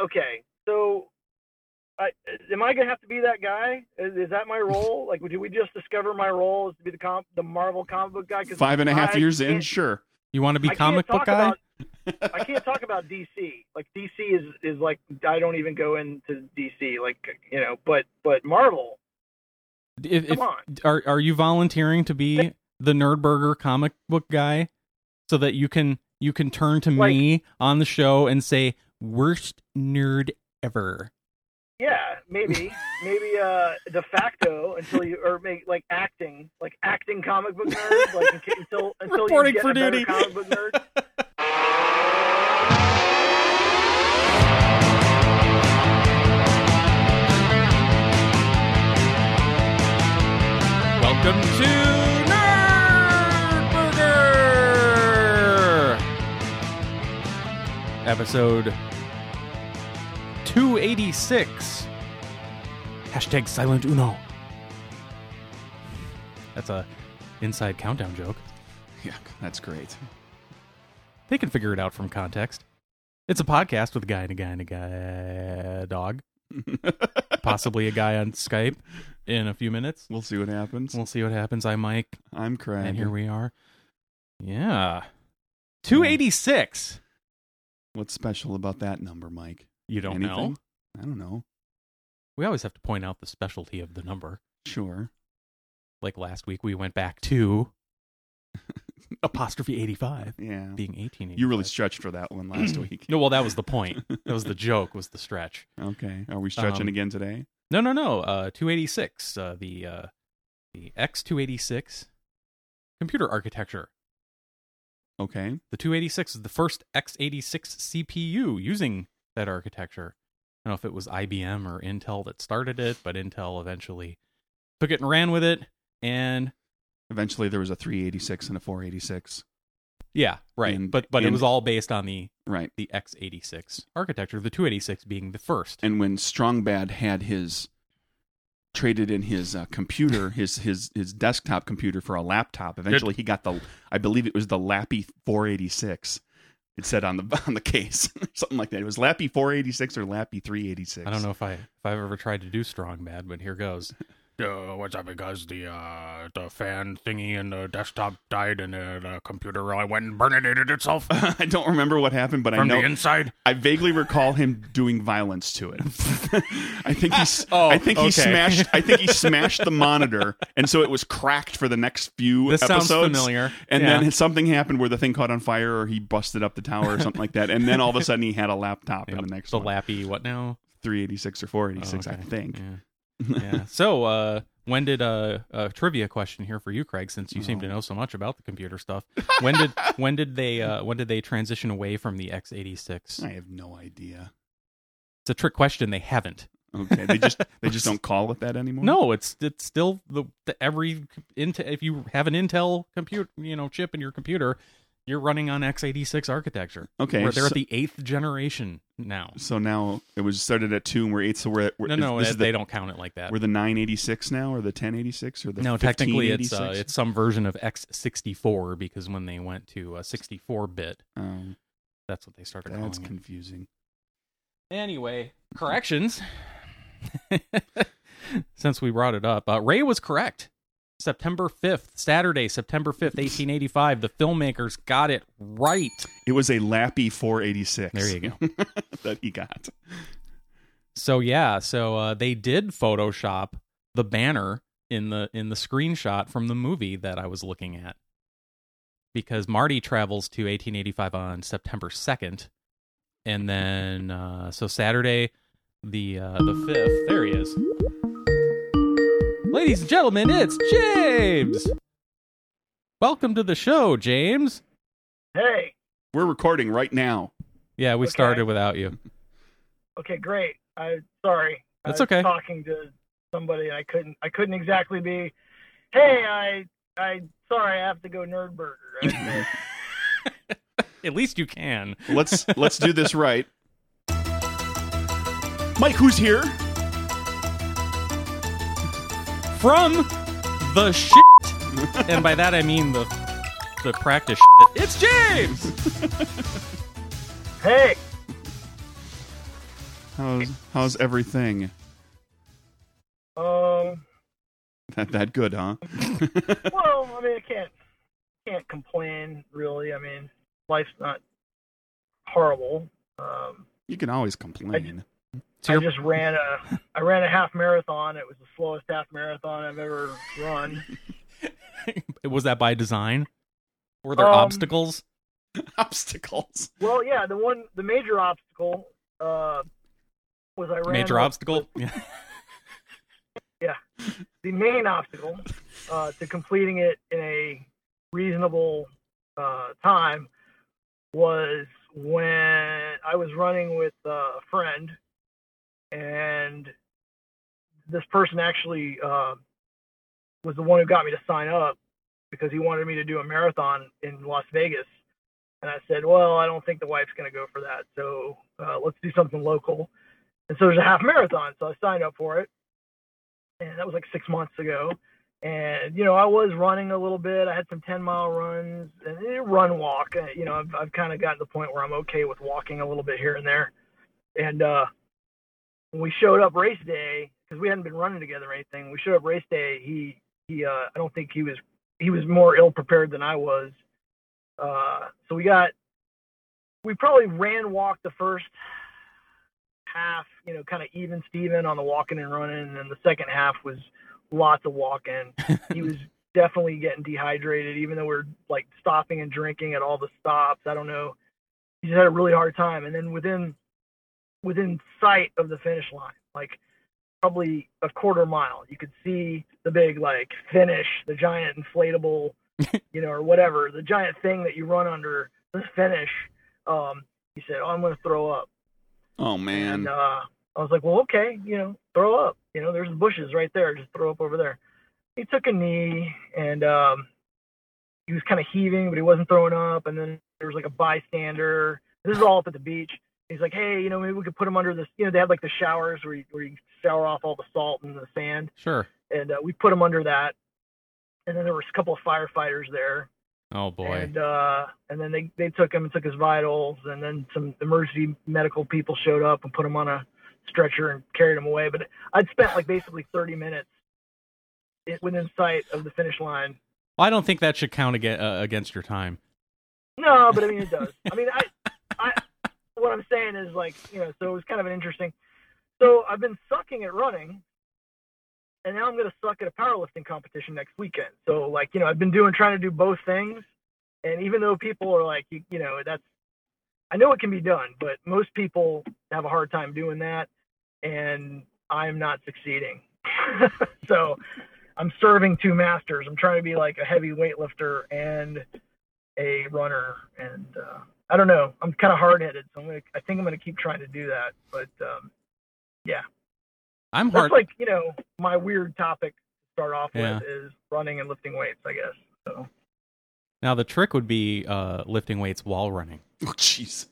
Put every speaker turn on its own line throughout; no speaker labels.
okay, so I, am I gonna have to be that guy? Is, is that my role? Like, do we just discover my role is to be the comp, the Marvel comic book guy? Cause
Five and a half
I
years in,
can't-
sure.
You want to be
I can't
comic book
talk
guy?
about- I can't talk about DC. Like DC is is like I don't even go into DC. Like you know, but but Marvel.
if, if-
Come on.
are are you volunteering to be the Nerdburger comic book guy so that you can you can turn to
Like-
me on the show and say worst nerd ever.
Yeah, maybe, maybe uh, de facto until you or make like acting, like acting comic book nerd, like in, until until
Reporting
you get
for
a better
duty.
comic book nerd.
Welcome to Nerdburger. Episode 286. Hashtag silent uno. That's a inside countdown joke.
Yeah, that's great.
They can figure it out from context. It's a podcast with a guy and a guy and a guy uh, dog. Possibly a guy on Skype in a few minutes.
We'll see what happens.
We'll see what happens. I'm Mike,
I'm crying.
and here we are. Yeah.
Hmm.
286.
What's special about that number, Mike?
You don't know.
Anything? I don't know.
We always have to point out the specialty of the number.
Sure.
Like last week, we went back to apostrophe 85
Yeah.
being 18.
You really stretched for that one last week.
No, well, that was the point. That was the joke, was the stretch.
Okay. Are we stretching
Um,
again today?
No, no, no. Uh, 286. Uh, the uh, the X286 computer architecture.
Okay.
The 286 is the first X86 CPU using that architecture. I don't know if it was IBM or Intel that started it, but Intel eventually took it and ran with it. And
Eventually, there was a 386 and a 486.
yeah, right.
And-
but but it
and-
was all based on the
Right.
the X86 architecture. The 286 being the first.
And when Strongbad had his traded in his uh, computer, his his his desktop computer for a laptop, eventually he got the I believe it was the Lappy 486. It said on the on the case something like that. It was Lappy 486 or Lappy 386.
I don't know if I if I've ever tried to do strong bad, but here goes.
Uh, what's up, guys? The uh, the fan thingy and the desktop died, and uh, the computer uh, went and burninated itself
I don't remember what happened, but I
from
know
the inside.
I vaguely recall him doing violence to it. I think he, s-
Oh,
I think he
okay.
smashed. I think he smashed the monitor, and so it was cracked for the next few
This
episodes.
sounds familiar.
And
Yeah.
then something happened where the thing caught on fire, or he busted up the tower, or something like that. And then all of a sudden, he had a laptop in
Yep,
the next
the
one,
Lappy, what now?
three eighty six or four eighty six,
okay.
I think.
Yeah. Yeah. So, uh, when did uh, a trivia question here for you, Craig? Since you
Oh.
seem to know so much about the computer stuff, when did when did they uh, when did they transition away from the x eighty six?
I have no idea.
It's a trick question. They haven't.
Okay, they just they just don't call it that anymore.
No, it's it's still the, the every Intel. If you have an Intel compute, you know, chip in your computer, you're running on x eighty six architecture.
Okay,
We're- they're
so-
at the eighth generation now.
So now it was started at two, and we're eight. So we're, at, we're
No, no,
this is
they
the,
don't count it like that.
We're the nine eighty six now, or the ten eighty six, or the
no technically it's uh,
1586?
it's some version of x64 because when they went to uh, 64 bit
Um,
that's what they started
That's
calling it.
confusing.
anyway corrections since we brought it up uh, ray was correct september 5th saturday september 5th 1885 the filmmakers got it right
It was a Lappy 486.
There you
go. that he got.
so yeah so uh, they did photoshop the banner in the in the screenshot from the movie that i was looking at because marty travels to 1885 on september 2nd and then uh, so saturday the uh, the 5th there he is ladies and gentlemen it's james welcome to the show james
Hey,
We're recording right now.
yeah we
Okay.
started without you
okay, great. I sorry.
That's
I was
okay.
Talking to somebody, I couldn't. I couldn't exactly be. Hey, I, I sorry, I have to go nerd burger. I-
at least you can
Let's let's do this right. Mike, who's here?
from the shit. and by that I mean the the practice shit. It's James.
hey,
How's how's everything?
Um,
That that good, huh?
well, I mean, I can't can't complain really. I mean, life's not horrible. Um,
you can always complain.
So
I
you're,
just ran a I ran a half marathon. It was the slowest half marathon I've ever run.
was that by design? Were there
Um,
obstacles?
Obstacles.
Well, yeah, the one the major obstacle uh, was I ran
Major
up-
obstacle? Yeah.
the main obstacle uh, to completing it in a reasonable uh, time was when I was running with uh, a friend, and this person actually uh, was the one who got me to sign up because he wanted me to do a marathon in Las Vegas. And I said, well, I don't think the wife's going to go for that. So uh, let's do something local. And so there's a half marathon. So I signed up for it and that was like six months ago. And you know, I was running a little bit. I had some ten mile runs and eh, run walk. Uh, You know, I've I've kind of gotten to the point where I'm okay with walking a little bit here and there. And uh, when we showed up race day, because we hadn't been running together or anything, when we showed up race day. He he, uh, I don't think he was he was more ill prepared than I was. Uh, so we got we probably ran walked the first half, you know, kind of even Steven on the walking and running, and then the second half was lots of walking. he was definitely getting dehydrated, even though we are like stopping and drinking at all the stops. I don't know. He just had a really hard time, and then within within sight of the finish line, like probably a quarter mile, you could see the big like finish, the giant inflatable, you know, or whatever, the giant thing that you run under the finish. Um, he said, "Oh, I'm going to throw up."
Oh man.
And uh, I was like, well, okay, you know, throw up. You know, there's bushes right there. Just throw up over there. He took a knee and um, he was kind of heaving, but he wasn't throwing up. And then there was like a bystander. This is all up at the beach. He's like, hey, you know, maybe we could put him under this. You know, they have like the showers where you, where you shower off all the salt and the sand
Sure.
and uh, we put him under that. And then there was a couple of firefighters there,
Oh boy.
and uh, and then they they took him and took his vitals, and then some emergency medical people showed up and put him on a stretcher and carried him away. But I'd spent like basically 30 minutes i- within sight of the finish line.
Well, I don't think that should count against, uh, against your time.
No, but I mean it does. I mean I, I what I'm saying is like you know so it was kind of an interesting. So I've been sucking at running, and now I'm gonna suck at a powerlifting competition next weekend. So like you know I've been doing trying to do both things, and even though people are like you, you know that's, I know it can be done, but most people have a hard time doing that, and I'm not succeeding. so I'm serving two masters. I'm trying to be like a heavy weightlifter and a runner, and uh, I don't know. I'm kind of hard headed, so I'm gonna. I think I'm gonna keep trying to do that. But um,
I'm
that's
hard.
like you know my weird topic to start off
Yeah.
with is running and lifting weights. I guess. So
now the trick would be uh, lifting weights while running.
oh jeez.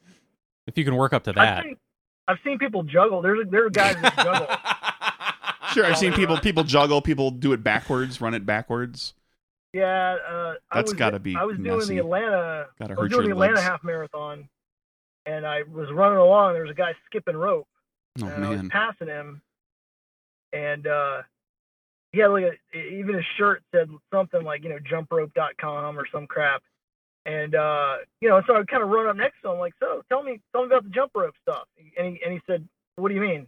If you can work up to
I've
that.
seen, I've seen people juggle. There's there are guys that juggle.
Sure, I've seen people people juggle, people do it backwards, run it backwards.
Yeah, uh, I
That's
was,
gotta be
I was doing
messy.
the Atlanta.
Gotta
I was
hurt
doing
your
the Atlanta
legs.
half marathon, and I was running along. And there was a guy skipping rope.
Oh
and I was
man.
passing him, and uh, he had like a, e, even his shirt said something like you know jumprope.com or some crap, and uh, you know so I kind of run up next to him like so tell me tell me about the jump rope stuff, and he and he said what do you mean,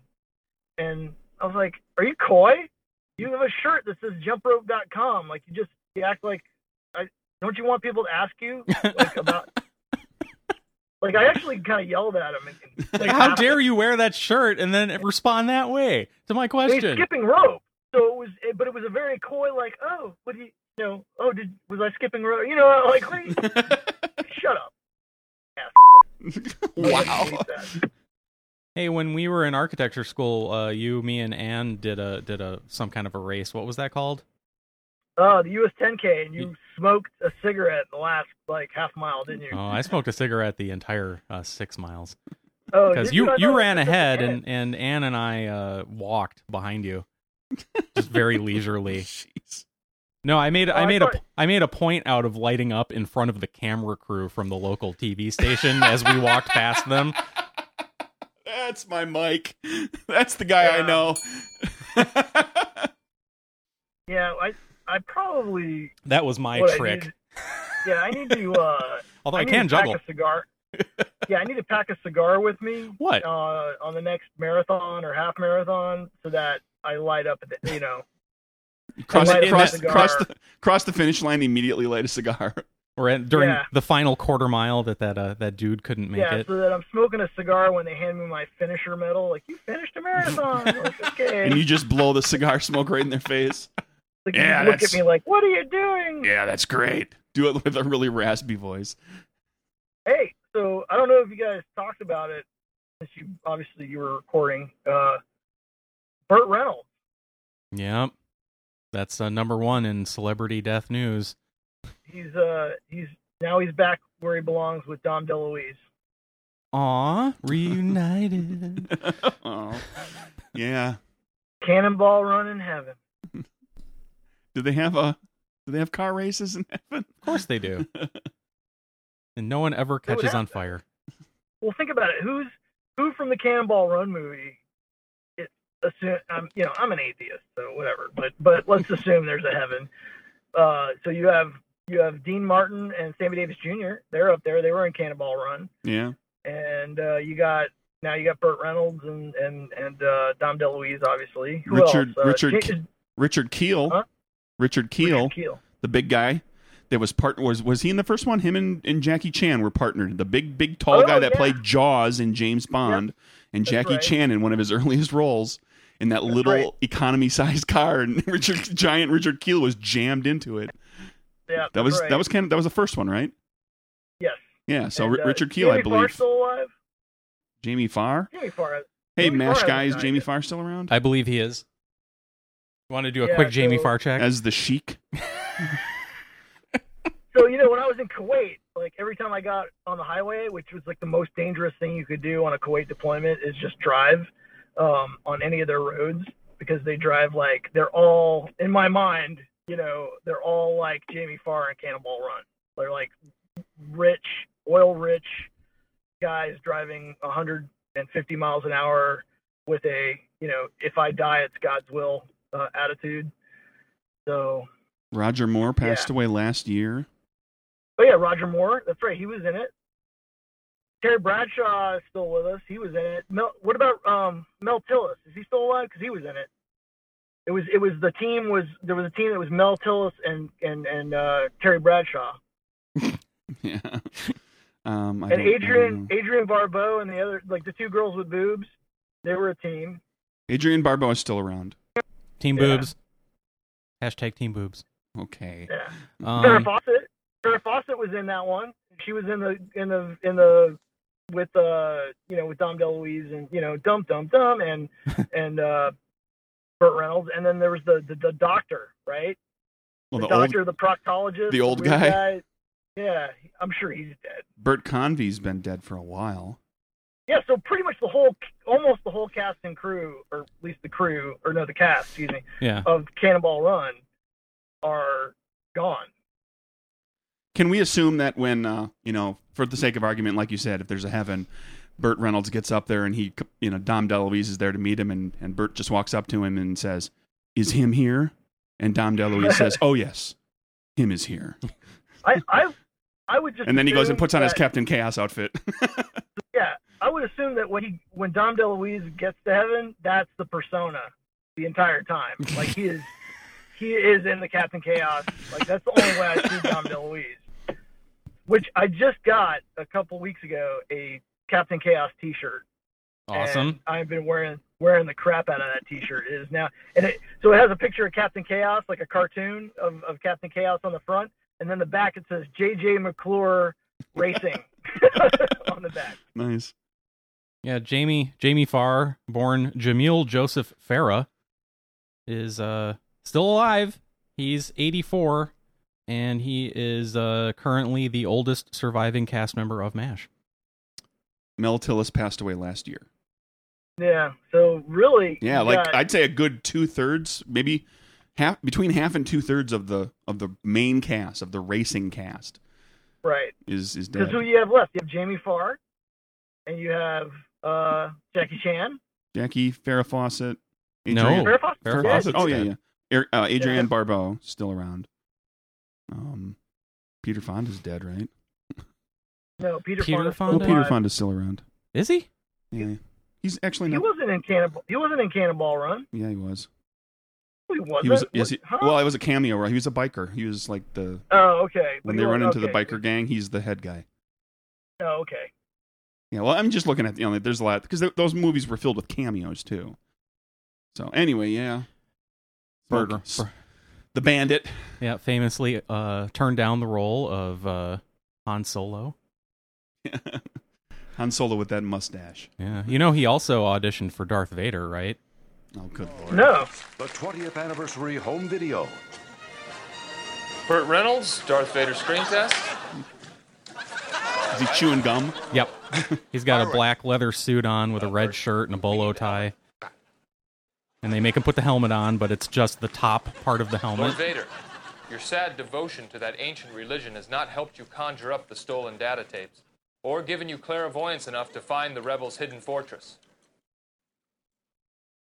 and I was like are you coy? You have a shirt that says jumprope.com like you just you act like I don't you want people to ask you like about. Like I actually kind of yelled at him. And, and, like,
Like, how
laughed at
dare you wear that shirt and then respond that way to my
He's
question?
skipping rope. So it was, it- but it was a very coy, like, oh, what do you, you know, oh, did was I skipping rope? You know, like, what do you- shut up.
wow.
Hey, when we were in architecture school, uh, you, me, and Anne did a did a some kind of a race. What was that called?
Oh, the US 10K, and you smoked a cigarette the last like half mile, didn't you?
Oh, I smoked a cigarette the entire uh, six miles
Oh,
because
did
you
I thought it
you
was
ran
just at the
ahead
end.
and and Anne and I uh, walked behind you, just very leisurely.
Jeez.
No, I made
Oh,
I
I
made a
thought-
I made a point out of lighting up in front of the camera crew from the local TV station as we walked past them.
That's my Mike. That's the guy I
Yeah.
know.
Yeah, I I probably
That was my
what I
trick.
need- yeah, I need to. Uh,
Although I,
need
can
to pack
juggle.
a cigar. yeah, I need to pack a cigar with me.
What?
Uh, on the next marathon or half marathon, so that I light up. At the, you know,
cross,
light a
cross-
cigar.
cross the cross the finish line, immediately light a cigar.
Or at, during
Yeah.
the final quarter mile that that uh, that dude couldn't make
yeah,
it.
so that I'm smoking a cigar when they hand me my finisher medal. Like you finished a marathon. like, okay.
And you just blow the cigar smoke right in their face.
like,
yeah,
you look
that's-
at me like, what are you doing?
Yeah, that's great. Do it with a really raspy voice.
Hey, so I don't know if you guys talked about it since you obviously you were recording. Uh, Burt Reynolds.
Yep. That's uh, number one in celebrity death news.
He's uh he's now he's back where he belongs with Dom DeLuise.
Aw, reunited.
Aw. Yeah.
Cannonball Run in Heaven.
Do they have a do they have car races in heaven?
of course they do. And no one ever
They would
catches
have
on
to.
fire.
Well, think about it. Who's who from the Cannonball Run movie? It, assume, I'm you know I'm an atheist, so whatever. But but let's assume there's a heaven. Uh, so you have you have Dean Martin and Sammy Davis Jr. They're up there. They were in Cannonball Run,
Yeah.
and uh, you got now you got Burt Reynolds and and and uh, Dom DeLuise, obviously. Who
Richard-
else? Uh,
Richard
Ja-
Ke- Richard Keel.
Huh?
Richard Keel,
Richard Keel.
the big guy that was part was was he in the first one? Him and, and Jackie Chan were partnered. The big big tall
Oh,
guy that
yeah.
played Jaws in James Bond and
That's
Jackie
right.
Chan in one of his earliest roles in that little
right.
economy sized car and Richard giant Richard Keel was jammed into it.
Yeah,
That was
right.
that was kind of that was the first one, right?
yes.
Yeah. So
And,
Ri-
uh,
Richard Keel,
Jamie
I
Farr
believe.
still alive.
Jamie Farr.
Jamie Farr.
Hey,
Jamie
Mash
Farr
guy, is
hasn't died
Jamie
yet.
Farr still around?
I believe he is. Want to do a
Yeah,
quick Jamie
so-
Farr check?
As the Sheik.
So you know, when I was in Kuwait, like every time I got on the highway, which was like the most dangerous thing you could do on a Kuwait deployment, is just drive um, on any of their roads because they drive like they're all in my mind. You know, they're all like Jamie Farr and Cannonball Run. They're like rich, oil-rich guys driving 150 miles an hour with a you know, if I die, it's God's will uh, attitude. So
Roger Moore passed
Yeah.
away last year.
Oh yeah, Roger Moore. That's right. He was in it. Terry Bradshaw is still with us. He was in it. Mel, what about um, Mel Tillis? Is he still alive? Because he was in it. It was it was the team was there was a team that was Mel Tillis and and and uh, Terry Bradshaw
Yeah. Um,
and
I don't- I don't
Adrian
know.
Adrian Barbeau and the other like the two girls with boobs. They were a team.
Adrian Barbeau is still around.
team
Yeah.
boobs. Hashtag team boobs.
Okay.
Yeah. Sarah
Um,
Fawcett. Sarah Fawcett was in that one. She was in the in the in the with uh you know with Dom DeLuise and you know Dum Dum Dum and and uh Burt Reynolds and then there was the the, the doctor right
Well,
the,
Oh, the old
doctor the proctologist
the old
weird
guy.
yeah I'm sure he's dead
Bert Convey's been dead for a while.
yeah so pretty much the whole almost the whole cast and crew or at least the crew or no the cast excuse me
yeah.
of Cannonball Run are gone
Can we assume that when uh, you know, for the sake of argument, like you said, if there's a heaven, Burt Reynolds gets up there and he, you know, Dom DeLuise is there to meet him, and and Burt just walks up to him and says, "Is him here?" And Dom DeLuise says, "Oh yes, him is here."
I I I would just
And then he goes and
assume
puts on his
that-
Captain Chaos outfit.
Yeah, I would assume that when he when Dom DeLuise gets to heaven, that's the persona the entire time. Like he is, he is in the Captain Chaos. Like that's the only way I see Dom DeLuise. Which I just got a couple weeks ago a Captain Chaos T-shirt. And
Awesome.
I've been wearing wearing the crap out of that T-shirt. It is now, and it so it has a picture of Captain Chaos, like a cartoon of, of Captain Chaos on the front, and then the back it says J.J. McClure Racing on the back.
nice.
Yeah, Jamie Jamie Farr, born Jamil Joseph Farah, is uh still alive. He's 84 and he is uh currently the oldest surviving cast member of MASH.
Mel Tillis passed away last year.
Yeah. So really,
Yeah,
you
like
got-
I'd say a good two thirds, maybe half between half and two thirds of the of the main cast of the racing cast
right
is is
because
dead.
who you have left? You have Jamie Farr, and you have uh, Jackie Chan.
Jackie Farrah Fawcett.
No.
Adrian-
Farrah Fawcett.
Farrah
Farrah
Yeah.
Fawcett. Oh yeah,
dead.
yeah. Eric, uh, Adrian
Yeah.
Barbeau still around. Um, Peter Fonda's dead, right?
No, Peter,
Peter
Fonda's still
Oh,
Fonda?
Peter
alive.
Fonda's still around.
Is he?
Yeah, he's actually
He
not.
wasn't in Cannonball. He wasn't in Cannonball Run.
Yeah, he was.
He wasn't.
He was. Yes. He,
What- huh?
well, it was a cameo. Right? He was a biker. He was like the
oh, okay. But
when
he
they run
wasn't-
into the
okay.
biker gang, he's the head guy.
Oh, okay.
Yeah. Well, I'm just looking at you know, there's a lot because th- those movies were filled with cameos too. So anyway, yeah.
Burger.
S- the bandit.
Yeah, famously uh, turned down the role of uh, Han Solo.
Han Solo with that mustache.
Yeah, you know he also auditioned for Darth Vader, right?
Oh, good lord.
No.
The 20th anniversary home video.
Burt Reynolds, Darth Vader screen test.
Is he chewing gum?
Yep, he's got a black leather suit on with a red shirt and a bolo tie, and they make him put the helmet on, but it's just the top part of the
Lord
helmet.
Vader, your sad devotion to that ancient religion has not helped you conjure up the stolen data tapes or given you clairvoyance enough to find the rebels' hidden fortress.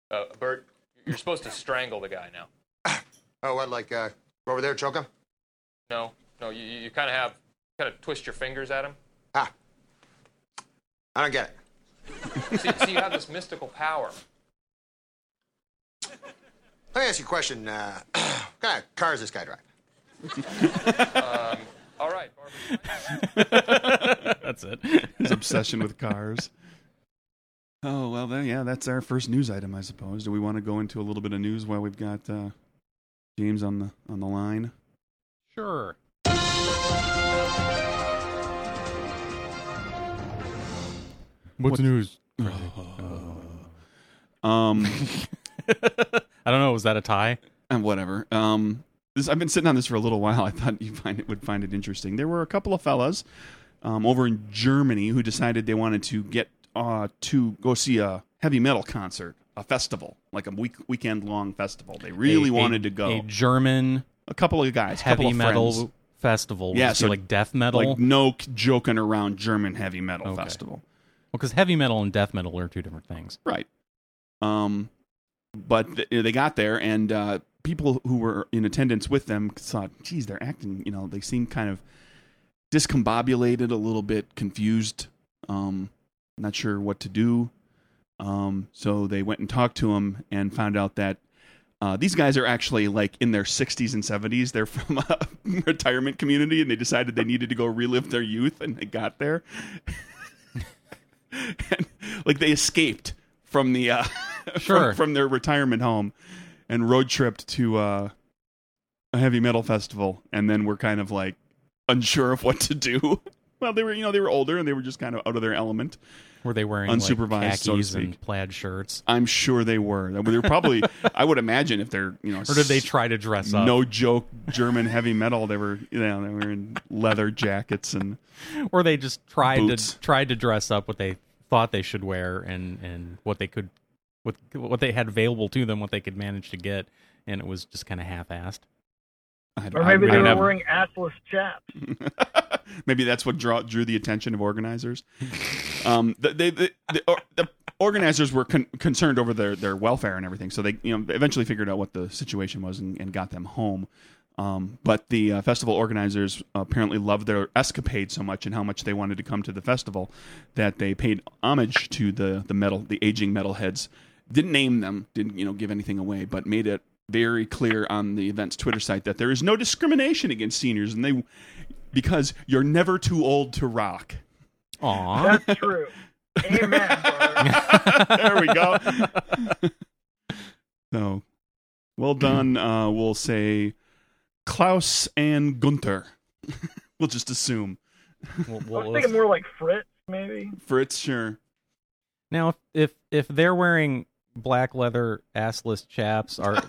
Uh, Bert, you're supposed to strangle the guy now.
Oh, what, like, uh, over there, choke him?
No, no, you, you kind of have, kind of twist your fingers at him.
Ah. I don't get it.
See, see, you have this mystical power.
Let me ask you a question. Uh, what kind of car is this guy drive?
All right, Barbara.
That's it.
His obsession with cars. Oh well, then yeah, that's our first news item, I suppose. Do we want to go into a little bit of news while we've got uh, James on the on the line?
Sure.
What's news?
Um,
I don't know. Was that a tie?
and whatever. Um, this I've been sitting on this for a little while. I thought you find it would find it interesting. There were a couple of fellas um, over in Germany who decided they wanted to get uh, to go see a heavy metal concert, a festival, like a week weekend long festival. They really
A- a-
wanted to go.
A German
a couple of guys, couple
heavy
of
metal
friends.
festival.
Yeah,
Yeah, so
so
like death metal.
like no k- joking around German heavy metal
Okay. well,
festival.
because heavy metal and death metal are two different things.
Right. Um, but th- they got there, and uh, people who were in attendance with them thought, geez, they're acting, you know, they seem kind of discombobulated, a little bit confused, um, not sure what to do. Um, so they went and talked to him and found out that uh, these guys are actually like in their 60s and 70s. They're from a retirement community and they decided they needed to go relive their youth and they got there. and, like they escaped from the uh, from-
Sure.
from, their retirement home and road tripped to uh, a heavy metal festival and then were kind of like unsure of what to do. Well, they were, you know, they were older and they were just kind of out of their element.
Were they wearing like,
Unsupervised, so to
khakis and
speak.
plaid shirts,
I'm sure they were. They were probably. I would imagine if they're you know.
or did they try to dress up?
No joke, German heavy metal. They were you know they were in leather jackets and
or they just tried
Boots.
to tried to dress up what they thought they should wear and and what they could, what what they had available to them, what they could manage to get, and it was just kind of half assed.
I don't,
Or maybe
I
they
really
were
don't-
wearing assless chaps.
maybe that's what draw, drew the attention of organizers. um, the, they, the, the, or, the organizers were con- concerned over their, their welfare and everything, so they you know eventually figured out what the situation was and, and got them home. Um, but the uh, festival organizers apparently loved their escapade so much and how much they wanted to come to the festival that they paid homage to the the metal the aging metalheads. Didn't name them, didn't you know give anything away, but made it very clear on the event's Twitter site that there is no discrimination against seniors, and they because you're never too old to rock.
Aw,
That's true. Amen. brother.
There we go. so, well done. Uh, we'll say Klaus and Gunther. we'll just assume
Well,
I
well,
was thinking more like Fritz, maybe.
Fritz. Sure.
Now, if if if they're wearing black leather assless chaps, are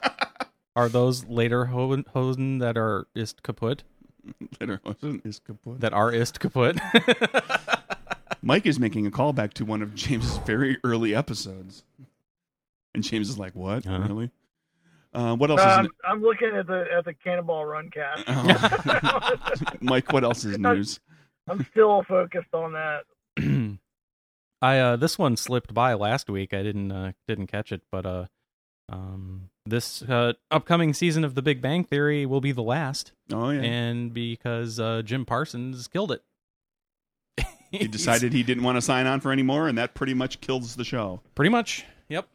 are those later Hosen, Hosen that are ist kaput
Later, wasn't his kaput.
that are ist kaput?
Mike is making a callback to one of James's very early episodes, and James is like, "What?
Huh?
Really? Uh, what else
Uh,
is
I'm,
new?
I'm looking at the at the Cannonball Run cast.
Mike, what uh-huh. else is news?
I'm still focused on that.
I uh, this one slipped by last week. I didn't uh, didn't catch it, but uh, um, this uh, upcoming season of The Big Bang Theory will be the last,
Oh yeah.
and because uh, Jim Parsons killed it,
he decided he didn't want to sign on for anymore, and that pretty much kills the show.
pretty much. Yep,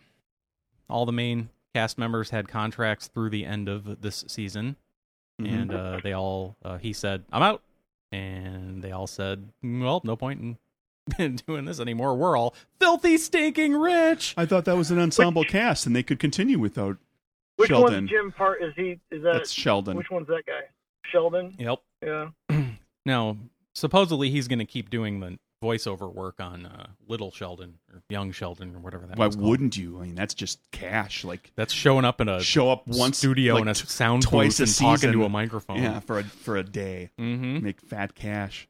all the main cast members had contracts through the end of this season,
Mm-hmm.
and uh, they all uh, he said I'm out, and they all said, well, no point in. in doing this anymore. We're all filthy, stinking rich.
I thought that was an ensemble cast, and they could continue without
Which
Sheldon.
one's Jim Part? Is he? Is that?
That's Sheldon.
Which one's that guy? Sheldon.
Yep.
Yeah.
Now, supposedly he's going to keep doing the voiceover work on uh, Little Sheldon or Young Sheldon or whatever that.
Why
was called.
wouldn't you? I mean, that's just cash. Like
That's showing up in a
show up once
studio
like,
in a
t-
sound booth
twice
and
a
talking
season.
to a microphone.
Yeah, for a for a day,
Mm-hmm.
make fat cash.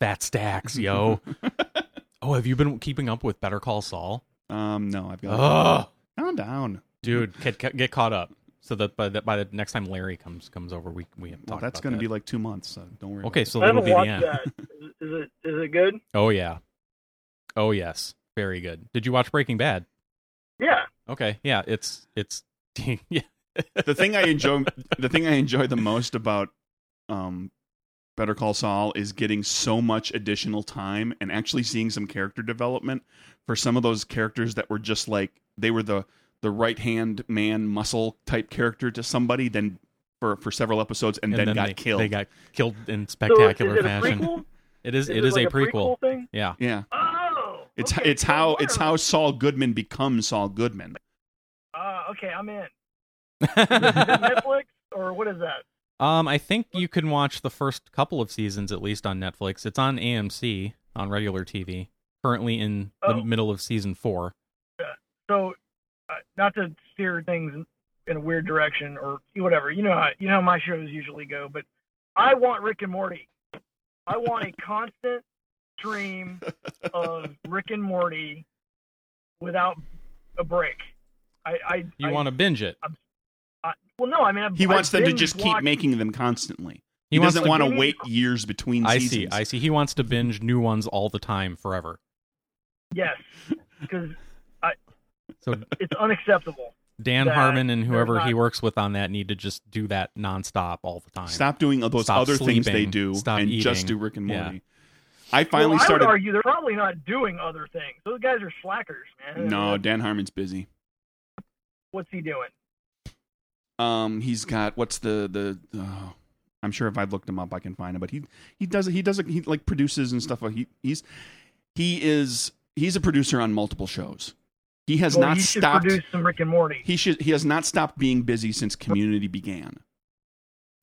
Fat stacks, yo. oh, have you been keeping up with Better Call Saul?
Um, no, I've got
Oh,
calm down.
dude, get, get get caught up so that by the, by the next time Larry comes comes over, we we have
Well,
talked
that's
going
going
to
to be like two months. So don't worry.
okay.
about
So
I
that'll
haven't
be the
watched
end.
that. Is, is it? Is it good?
Oh yeah, oh yes, very good. Did you watch Breaking Bad?
Yeah.
Okay, yeah, it's it's yeah.
it. the thing I enjoy, the thing I enjoy the most about um, Better Call Saul is getting so much additional time and actually seeing some character development for some of those characters that were just like they were the the right hand man muscle type character to somebody. Then for for several episodes and, then, got
they,
killed.
They got killed in
So
spectacular
is it a
fashion.
Prequel?
It is,
Is
it is
like
a prequel.
thing?
Yeah.
yeah.
Oh.
It's
okay,
it's how
so
it's how Saul Goodman becomes Saul Goodman.
Ah, okay, I'm in. Is it Netflix or what is that?
um, I think you can watch the first couple of seasons at least on Netflix. It's on AMC on regular TV. Currently in the
Oh.
middle of season four.
So, uh, not to steer things in- in a weird direction or whatever. You know how you know how my shows usually go, but I want Rick and Morty. I want a constant stream of Rick and Morty without a break. I, I
You
I-
want to binge it?
I- well, no, I mean, I,
He
I
wants them to
binge
just keep
watch-
making them constantly.
He
He,
wants
doesn't
to-
want to wait years between
I see.
seasons.
I see. He wants to binge new ones all the time, forever.
Yes, because
So
it's unacceptable.
Dan
That-
Harmon and whoever he
not-
works with on that need to just do that nonstop all the time.
Stop doing all those
Stop
other things they
sleeping.
do
Stop
and just
eating.
do Rick and
Yeah.
Morty. I finally
well, I
started.
would argue they're probably not doing other things. Those guys are slackers, man.
No, Dan Harmon's busy.
what's he doing?
Um, he's got what's the the. Oh, I'm sure if I looked him up, I can find him. But he he does he does he like produces and stuff. He he's he is he's a producer on multiple shows. He has
well,
not
he should
stopped.
produce some Rick and Morty.
He should he has not stopped being busy since Community began.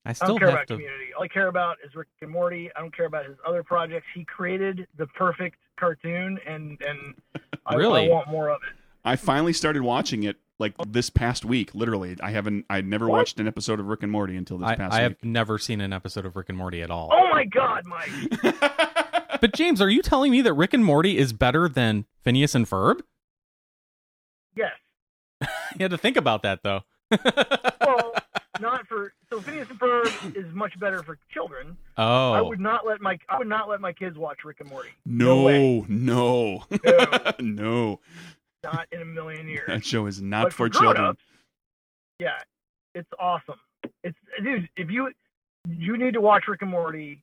I
I
still
don't care
have
about
to.
Community. All I care about is Rick and Morty. I don't care about his other projects. He created the perfect cartoon, and and I,
Really?
I want more of it.
I finally started watching it like this past week. Literally, I haven't. I never
What?
watched an episode of Rick and Morty until this
I,
past
I have
week.
never seen an episode of Rick and Morty at all.
Oh my God, Mike!
But James, are you telling me that Rick and Morty is better than Phineas and Ferb?
Yes.
You had to think about that though.
Well, not for so Phineas and Ferb is much better for children.
Oh,
I would not let my I would not let my kids watch Rick and Morty. way.
no, no,
No,
no.
not in a million years.
That show is not
But
for
grown-ups,
children.
Yeah, it's awesome. It's dude. If you you need to watch Rick and Morty,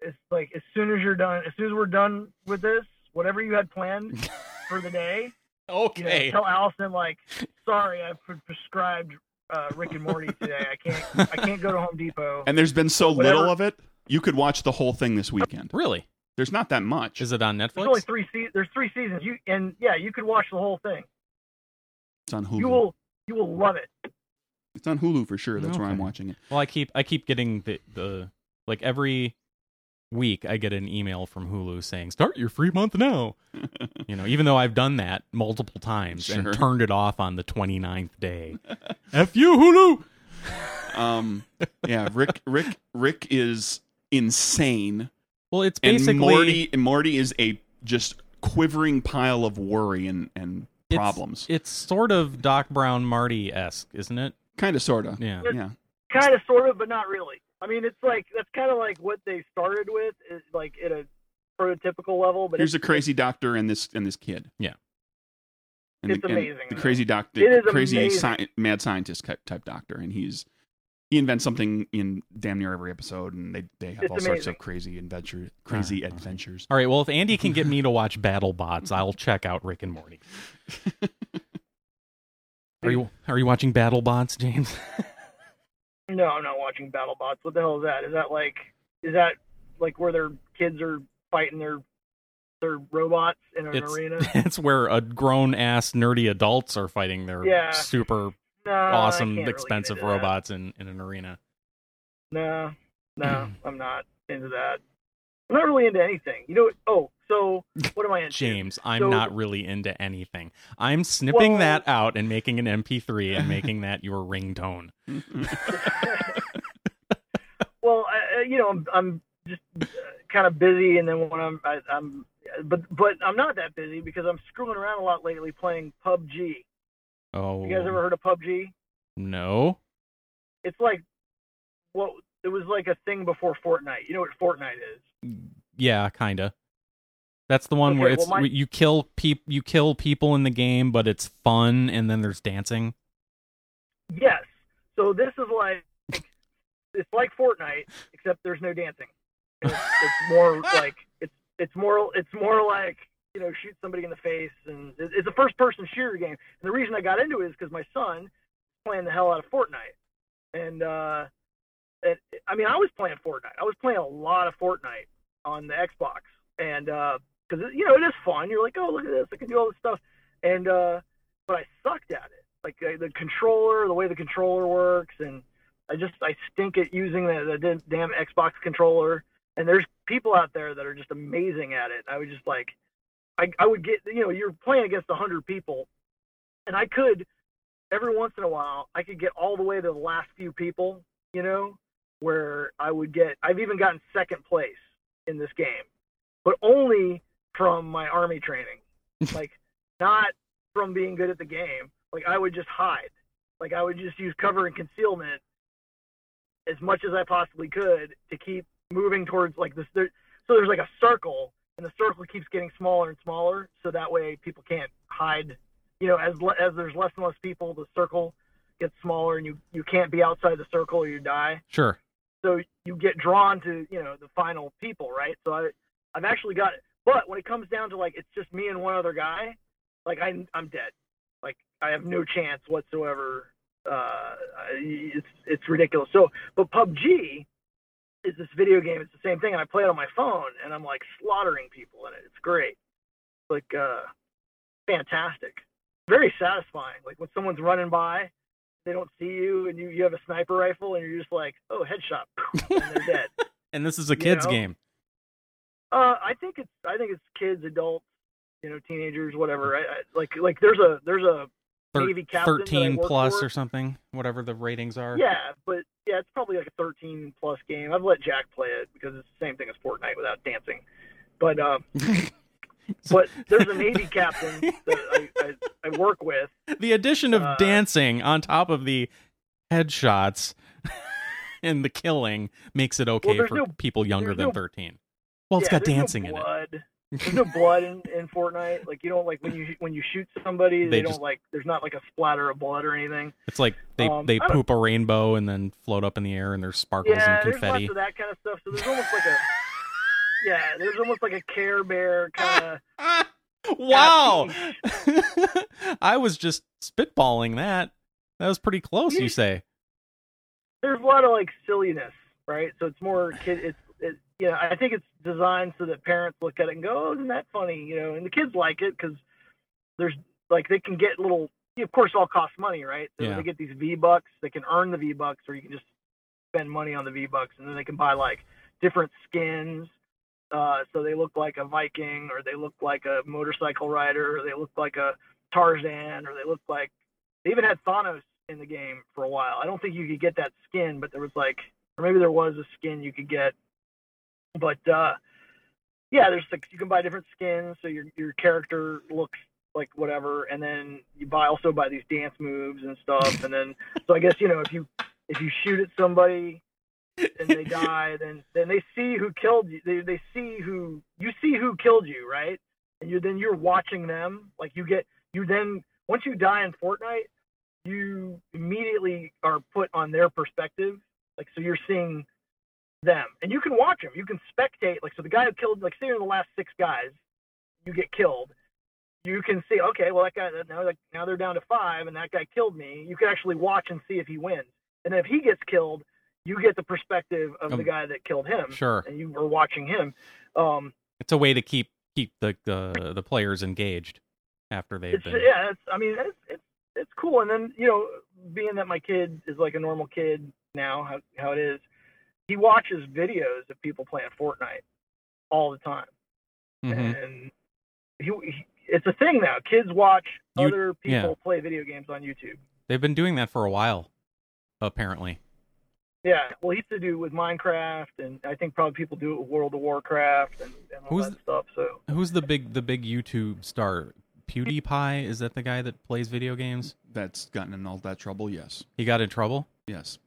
it's like as soon as you're done, as soon as we're done with this, whatever you had planned for the day, you know,
okay.
tell Allison like, sorry, I've pre- prescribed uh, Rick and Morty today. I can't I can't go to Home Depot.
And there's been so
Whatever.
little of it. You could watch the whole thing this weekend.
really?
There's not that much.
Is it on
There's only
Netflix?
three se- There's three seasons. You and yeah, you could watch the whole thing.
It's on
You
Hulu.
will you will love it.
It's on Hulu for sure. That's where I'm
Okay.
watching it.
Well, I keep I keep getting the the like every week I get an email from Hulu saying start your free month now. you know, even though I've done that multiple times
Sure.
and turned it off on the 29th day. F you Hulu.
Um, yeah, Rick, Rick, Rick is insane.
Well, it's basically
and Morty and Morty is a just quivering pile of worry and and
it's-
problems.
It's sort of Doc Brown Marty esque, isn't it?
Kind of, sorta.
Yeah.
yeah.
kind of sort of but not really i mean it's like that's kind of like what they started with is like in a prototypical level, but
Here's a
it's,
crazy doctor and this and this kid.
Yeah.
And
It's
the, and
amazing,
the
though.
crazy doctor,
It is
the crazy
amazing.
sci- mad scientist type, type doctor, and he's he invents something in damn near every episode, and they they have
It's
all sorts
amazing.
of crazy
Uh-huh,
adventure, crazy adventures.
All right. Well, if Andy can get me to watch Battle Bots, I'll check out Rick and Morty. Are you are you watching Battle Bots, James?
No, I'm not watching BattleBots. What the hell is that? Is that like is that like where their kids are fighting their their robots in an
It's-
arena?
it's where a grown ass nerdy adults are fighting their
Yeah.
super
Nah, I
awesome,
can't really get
expensive
into that.
robots in, in an arena.
No, no,
Hmm.
I'm not into that. I'm not really into anything. You know? Oh, so what am I into?
James, I'm
So-
not really into anything. I'm snipping
Well-
that out and making an MP3 and making that your ringtone.
Well, I, I- you know, I'm, I'm just kind of busy, and then when I'm, I, I'm, but but I'm not that busy because I'm screwing around a lot lately playing PUBG.
Oh
You guys ever heard of PUBG?
no!
It's like what it was like a thing before Fortnite. You know what Fortnite is?
Yeah, kinda. That's the one
Okay,
where
well,
it's
my-
where you kill peop you kill people in the game, but it's fun, and then there's dancing.
Yes. So this is like it's like Fortnite, except there's no dancing. And It's, it's more like it's it's more it's more like you know shoot somebody in the face, and it- it's a first person shooter game. And the reason I got into it is because my son is playing the hell out of Fortnite, and uh, it, I mean I was playing Fortnite. I was playing a lot of Fortnite on the Xbox, and because you know it is fun. You're like, oh look at this, I can do all this stuff, and uh, but I sucked at it like uh, the controller, the way the controller works, and I just I stink at using the, the damn Xbox controller. And there's people out there that are just amazing at it. I was just like, I I would get you know you're playing against a hundred people, and I could every once in a while I could get all the way to the last few people, you know, where I would get I've even gotten second place in this game, but only from my army training, like not from being good at the game. Like I would just hide. Like I would just use cover and concealment as much as I possibly could to keep moving towards like this. There, so there's like a circle, and the circle keeps getting smaller and smaller. So that way people can't hide. You know, as le- as there's less and less people, the circle gets smaller, and you you can't be outside the circle or you die
Sure.
so you get drawn to you know the final people right so i i've actually got it but when it comes down to like it's just me and one other guy like i i'm dead like i have no chance whatsoever uh it's it's ridiculous so but pubg is this video game it's the same thing and i play it on my phone and i'm like slaughtering people in it it's great like uh fantastic very satisfying like when someone's running by they don't see you and you, you have a sniper rifle and you're just like, oh, headshot, and they're dead.
And this is a
You
kids
know?
game.
Uh, I think it's I think it's kids, adults, you know, teenagers, whatever. I, I, like like there's a there's a
Thir-
Navy captain that I
Thirteen
work
plus
for.
or something, whatever the ratings are.
yeah, but yeah, it's probably like a 13 plus game. I've let Jack play it because it's the same thing as Fortnite without dancing. But uh, but there's a Navy captain that I, I, I work with.
The addition of
Uh,
dancing on top of the headshots and the killing makes it okay
there's
for
no-
people younger
there's
than
no-
thirteen. Well, it's
Yeah,
got
there's no
dancing in it.
blood. There's no blood in, in Fortnite. Like you don't like when you when you shoot somebody,
They
they, don't
just-
like. There's not like a splatter of blood or anything.
It's like they
Um,
they
I don't-
poop a rainbow and then float up in the air and there's sparkles
Yeah,
and
there's
confetti.
lots of that kind of stuff. So there's almost like a yeah, there's almost like a Care Bear kind of
wow. I was just spitballing that. That was pretty close, you
Yeah.
say.
there's a lot of like silliness, right? So it's more kid. It's it, you know, I think it's designed so that parents look at it and go, "Oh, isn't that funny?" You know, and the kids like it because there's like they can get little. Of course, it all costs money, right? So
Yeah.
they get these V bucks. They can earn the V bucks, or you can just spend money on the V bucks, and then they can buy like different skins. Uh, so they look like a Viking, or they look like a motorcycle rider, or they look like a Tarzan, or they look like they even had Thanos in the game for a while. I don't think you could get that skin, but there was like, or maybe there was a skin you could get. But uh, yeah, there's like you can buy different skins, so your your character looks like whatever, and then you buy also buy these dance moves and stuff, and then so I guess you know if you if you shoot at somebody and they die. Then then they see who killed you. They they see who you see who killed you, right? And you then you're watching them. Like you get you then once you die in Fortnite, you immediately are put on their perspective. Like so, you're seeing them, and you can watch them. You can spectate. Like so, the guy who killed, like say you're the last six guys, you get killed. You can see, okay, well that guy now like, now they're down to five, and that guy killed me. You can actually watch and see if he wins, and if he gets killed, you get the perspective of
Um,
the guy that killed him.
Sure.
and you were watching him. Um,
It's a way to keep keep the the, the players engaged after they've
it's
been.
yeah, it's, I mean, it's, it's it's cool. And then you know, being that my kid is like a normal kid now, how how it is, he watches videos of people playing Fortnite all the time,
Mhm.
and he, he it's a thing now. Kids watch
You-
other people
yeah.
play video games on YouTube.
They've been doing that for a while, apparently.
Yeah, well, he used to do it with Minecraft, and I think probably people do it with World of Warcraft and, and all
Who's
that stuff. So
Who's the big the big YouTube star? PewDiePie is that the guy that plays video games?
That's gotten in all that trouble. Yes,
He got in trouble.
yes.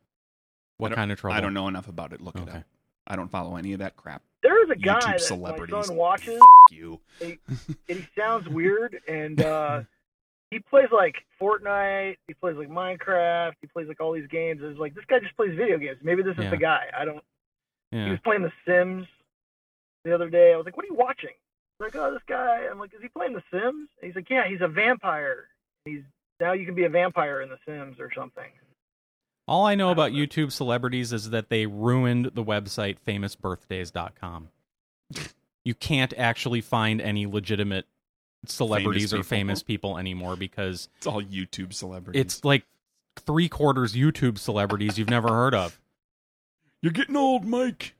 I
What
don't-
kind of trouble?
I don't know enough about it. Look it
Okay.
up. I don't follow any of that crap.
there is a
YouTube
guy that my
celebrities.
son watches.
F- you.
and he sounds weird and uh he plays like Fortnite, he plays like Minecraft, he plays like all these games. It's like this guy just plays video games. Maybe this is
Yeah.
the guy. I don't he
Yeah.
was playing The Sims the other day. I was like, What are you watching? He's like, Oh, this guy I'm like, Is he playing The Sims? And he's like, Yeah, he's a vampire. He's now you can be a vampire in The Sims or something.
All I know about YouTube celebrities is that they ruined the website famousbirthdays.com. You can't actually find any legitimate celebrities
Famous
or famous people anymore because
It's all YouTube celebrities.
it's like three quarters YouTube celebrities you've never heard of.
you're getting old, Mike.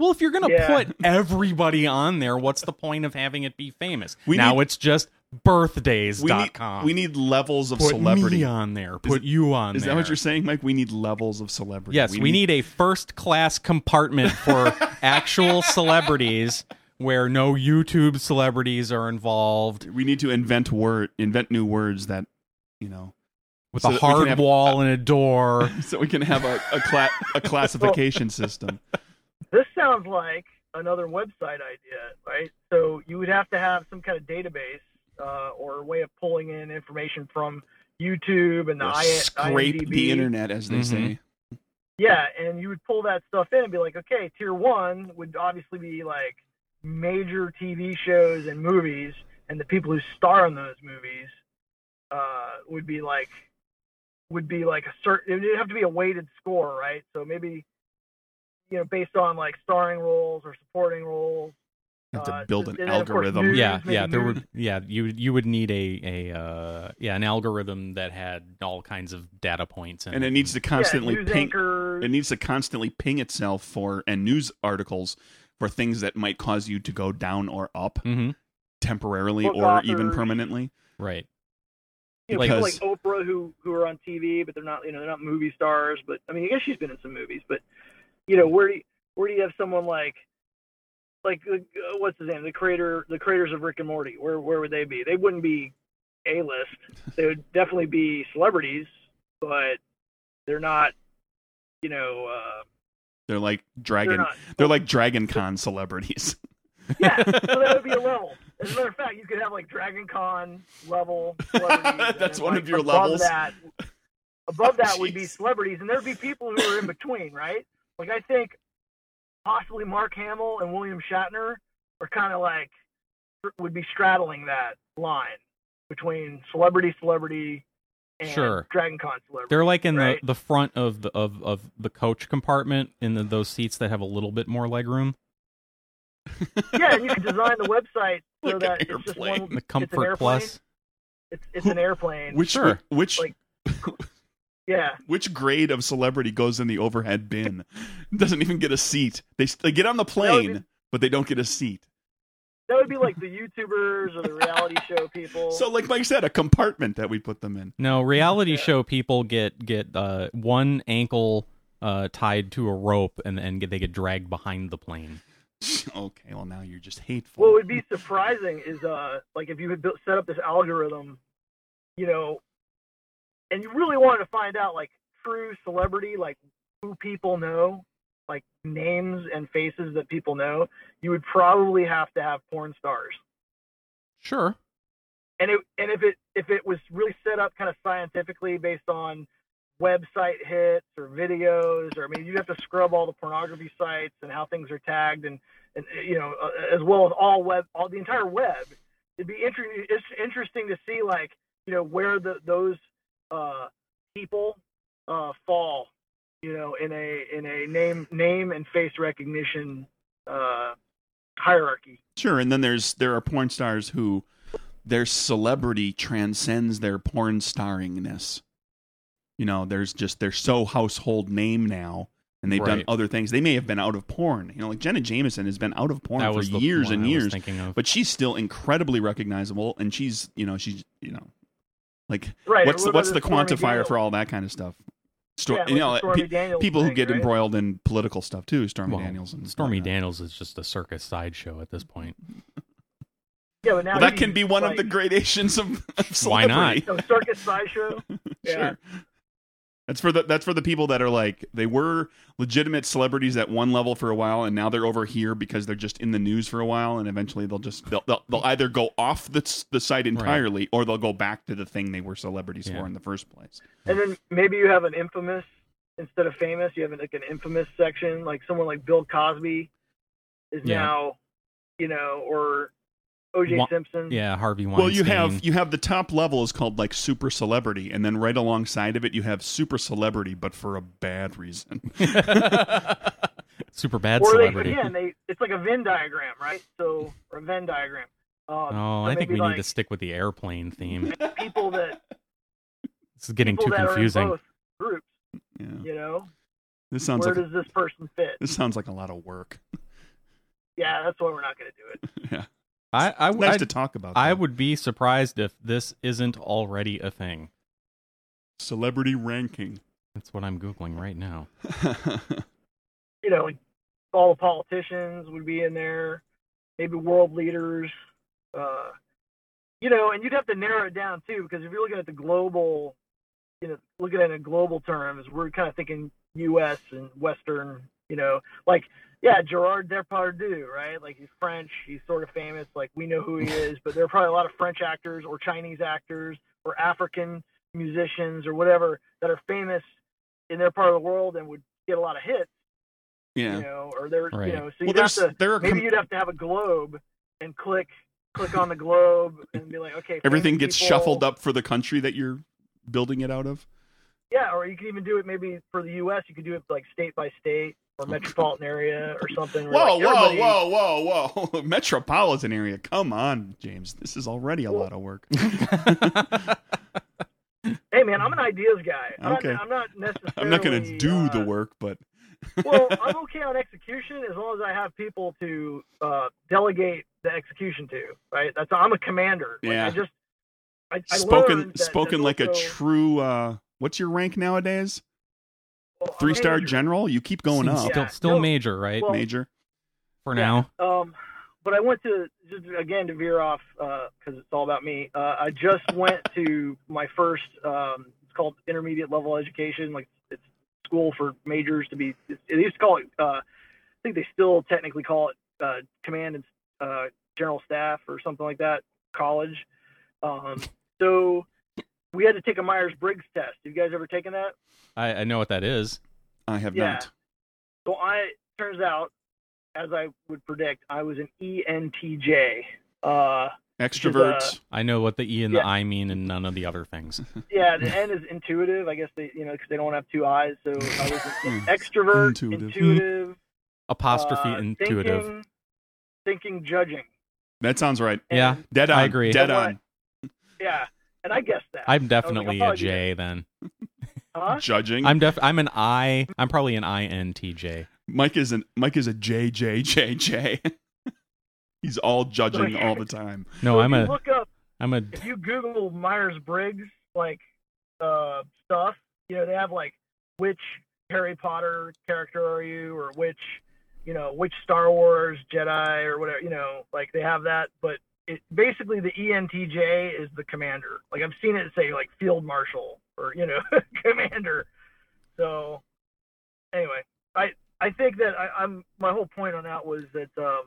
Well, if you're going to
Yeah.
put everybody on there, what's the point of having it be famous?
We
now
need-
it's just
We need,
birthdays.com.
we need levels of
put
celebrity.
me on there. Put you on
Is
there.
that what you're saying, Mike? We need levels of celebrity.
Yes, we, need, a first class compartment for actual celebrities where no YouTube celebrities are involved
we need to invent word invent new words that you know
with
So
a
that we can
hard
have-
wall and a door.
so we can have a a, cla- a classification system.
This sounds like another website idea, right? So you would have to have some kind of database uh, or way of pulling in information from YouTube and the
Or
I-
scrape
IMDb.
the internet, as they
Mhm.
say.
Yeah, and you would pull that stuff in and be like, okay, tier one would obviously be like major TV shows and movies, and the people who star in those movies uh, would be like would be like a certain. It'd have to be a weighted score, right? So maybe you know, based on like starring roles or supporting roles.
You have to
Uh,
build an
and then, of course,
algorithm.
news.
yeah,
maybe
yeah, there
news.
would yeah, you you would need a a uh, yeah, an algorithm that had all kinds of data points in
and it needs to constantly
yeah, news
ping.
anchors.
It needs to constantly ping itself for and news articles for things that might cause you to go down or up
Mhm,
temporarily
Book
or even
authors.
permanently.
Right.
you know, people like
because-
Oprah who who are on TV, but they're not you know they're not movie stars. But I mean, I guess she's been in some movies. But you know, where do you, where do you have someone like like uh, what's his name, the creator, the creators of Rick and Morty? Where where would they be? They wouldn't be A list. They would definitely be celebrities, but they're not. You know, uh,
They're like
they're
dragon.
not.
They're like Dragon Con celebrities.
Yeah, so that would be a level. As a matter of fact, you could have like Dragon Con level. celebrities, and
That's
then,
one
like,
of your
above
levels. Oh,
That, above that would be
Jeez.
celebrities, and there'd be people who are in between, right? Like I think possibly Mark Hamill and William Shatner are kind of like would be straddling that line between celebrity, celebrity, and
Sure.
Dragon Con celebrity.
They're like in
Right.
the, the front of the of, of the coach compartment in the, those seats that have a little bit more legroom.
yeah, and you can design the website so
Like an
that it's just
airplane.
one.
The
it's an
comfort
airplane.
plus.
It's, it's an airplane.
Which
Sure.
which
Like- yeah.
which grade of celebrity goes in the overhead bin? Doesn't even get a seat. They, they get on the plane,
be-
but they don't get a seat.
That would be like the YouTubers or the reality show people.
So, like Mike said, a compartment that we put them in.
No, reality show people get get uh, one ankle uh, tied to a rope and and get, they get dragged behind the plane.
Okay, well now you're just hateful.
what would be surprising is uh like if you had built, set up this algorithm, you know, and you really wanted to find out like true celebrity, like who people know, like names and faces that people know, you would probably have to have porn stars.
Sure.
and it and if it if it was really set up kind of scientifically based on website hits or videos or I mean you'd have to scrub all the pornography sites and how things are tagged and and you know uh, as well as all web all the entire web it'd be inter- it's interesting to see like you know where the those uh people uh fall you know in a in a name name and face recognition uh hierarchy
Sure, and then there's there are porn stars who their celebrity transcends their porn starringness. You know, there's just they're so household name now, and they've done
Right.
other things. They may have been out of porn. You know, like Jenna Jameson has been out of porn
That
for
was the
years
one
and
I was
years,
thinking of.
but she's still incredibly recognizable, and she's you know she's you know like
Right,
what's
what
the,
about
what's
the
the
Stormy
quantifier
Daniels?
for all that kind of stuff? Sto-
Yeah,
you
like
know,
the Stormy
pe-
Daniels
people who
thing,
get
right?
embroiled in political stuff too, Stormy
Well,
Daniels and
Stormy
whatnot. Mm-hmm.
Daniels is just a circus sideshow at this point.
yeah but now
Well, that
you-
can be one of
like-
the gradations of, of
Why not?
celebrity.
So circus sideshow. Yeah.
Sure. That's for the that's for the people that are like they were legitimate celebrities at one level for a while, and now they're over here because they're just in the news for a while, and eventually they'll just they'll they'll,
Mm-hmm.
they'll either go off the s- the site entirely or they'll go back to the thing they were celebrities
Yeah.
for in the first place.
And then maybe you have an infamous instead of famous. You have like an infamous section, like someone like Bill Cosby is
Yeah.
now, you know, or O.J.
Wa-
Simpson.
Yeah, Harvey Weinstein.
Well, you have you have the top level is called like super celebrity, and then right alongside of it you have super celebrity, but for a bad reason.
super bad
Or they
celebrity.
again, they it's like a Venn diagram, right? So or a Venn diagram. Um,
Oh,
so
I think
maybe,
we
like,
need to stick with the airplane theme.
people that
This is getting
people
too
that are in
confusing.
both groups.
Yeah.
You know,
This sounds
where
like
does this person fit?
this sounds like a lot of work.
Yeah, that's why we're not going to do it.
yeah,
I, I,
nice
I,
to talk about.
I
that.
would be surprised if this isn't already a thing.
celebrity ranking.
That's what I'm googling right now.
you know, like all the politicians would be in there, maybe world leaders, uh, you know, and you'd have to narrow it down too, because if you're looking at the global, you know, looking at it in global terms, we're kind of thinking U.S. and Western, you know, like yeah, Gerard Depardieu, right? Like he's French, he's sort of famous, like we know who he is, but there are probably a lot of French actors or Chinese actors or African musicians or whatever that are famous in their part of the world and would get a lot of hits
yeah.
you know, or there,
Right.
you know, so you'd
Well,
have
there's
to,
there are
maybe
com-
you'd have to have a globe and click, click on the globe and be like, okay,
everything
famous
gets
people-
shuffled up for the country that you're building it out of.
Yeah. Or you could even do it maybe for the U S you could do it like state by state or metropolitan area or something. where,
Whoa,
like,
whoa,
everybody-
whoa, whoa, whoa! Metropolitan area. Come on, James. This is already a lot of work.
Hey man, I'm an ideas guy. I'm
Okay.
Not, I'm not necessarily,
I'm not going to do
uh,
the work, but
well, I'm okay on execution as long as I have people to, uh, delegate the execution to, right? That's, I'm a commander. Like,
Yeah.
I just, I, I
spoken
learned that-
spoken
that
like a
also-
true. uh What's your rank nowadays?
well, I'm a
Three star
major.
general. You keep going
Still-
up.
Yeah,
Still, still
no,
major, right?
well-
Major.
For
Yeah.
now.
Um, but I went to just again to veer off because it's all about me. Uh, I just went to my first. Um, it's called intermediate level education. Like it's school for majors to be. It's, they used to call it. Uh, I think they still technically call it uh, command and uh, general staff or something like that. College. Um, so we had to take a Myers Briggs test. Have you guys ever taken that?
I, I know what that is.
I have
Yeah.
not.
So I turns out, as I would predict, I was an E ENTJ. Uh,
Extroverts.
I know what the E and the
Yeah.
I mean and none of the other things.
Yeah, the N is intuitive. I guess they, you know, because they don't have two eyes. So I was an extrovert,
Intuitive.
intuitive,
Apostrophe
uh,
intuitive.
thinking, thinking, judging.
that sounds right.
And,
Yeah.
Dead on.
I agree.
Dead
What?
on.
yeah, and I guessed that.
I'm
I was like,
definitely
I'll
a
probably be
J then.
Huh?
Judging.
I'm def I'm an I I'm probably an INTJ.
Mike is an Mike is a JJJJ. He's all judging all the time.
No,
So
I'm
if you
a
Look up
I'm a
if you Google Myers Briggs like uh, stuff. You know, they have like which Harry Potter character are you, or which you know which Star Wars Jedi or whatever. You know, like they have that, but. It, basically, the E ENTJ is the commander. Like I've seen it say, like field marshal or you know commander. So anyway, I I think that I, I'm my whole point on that was that um,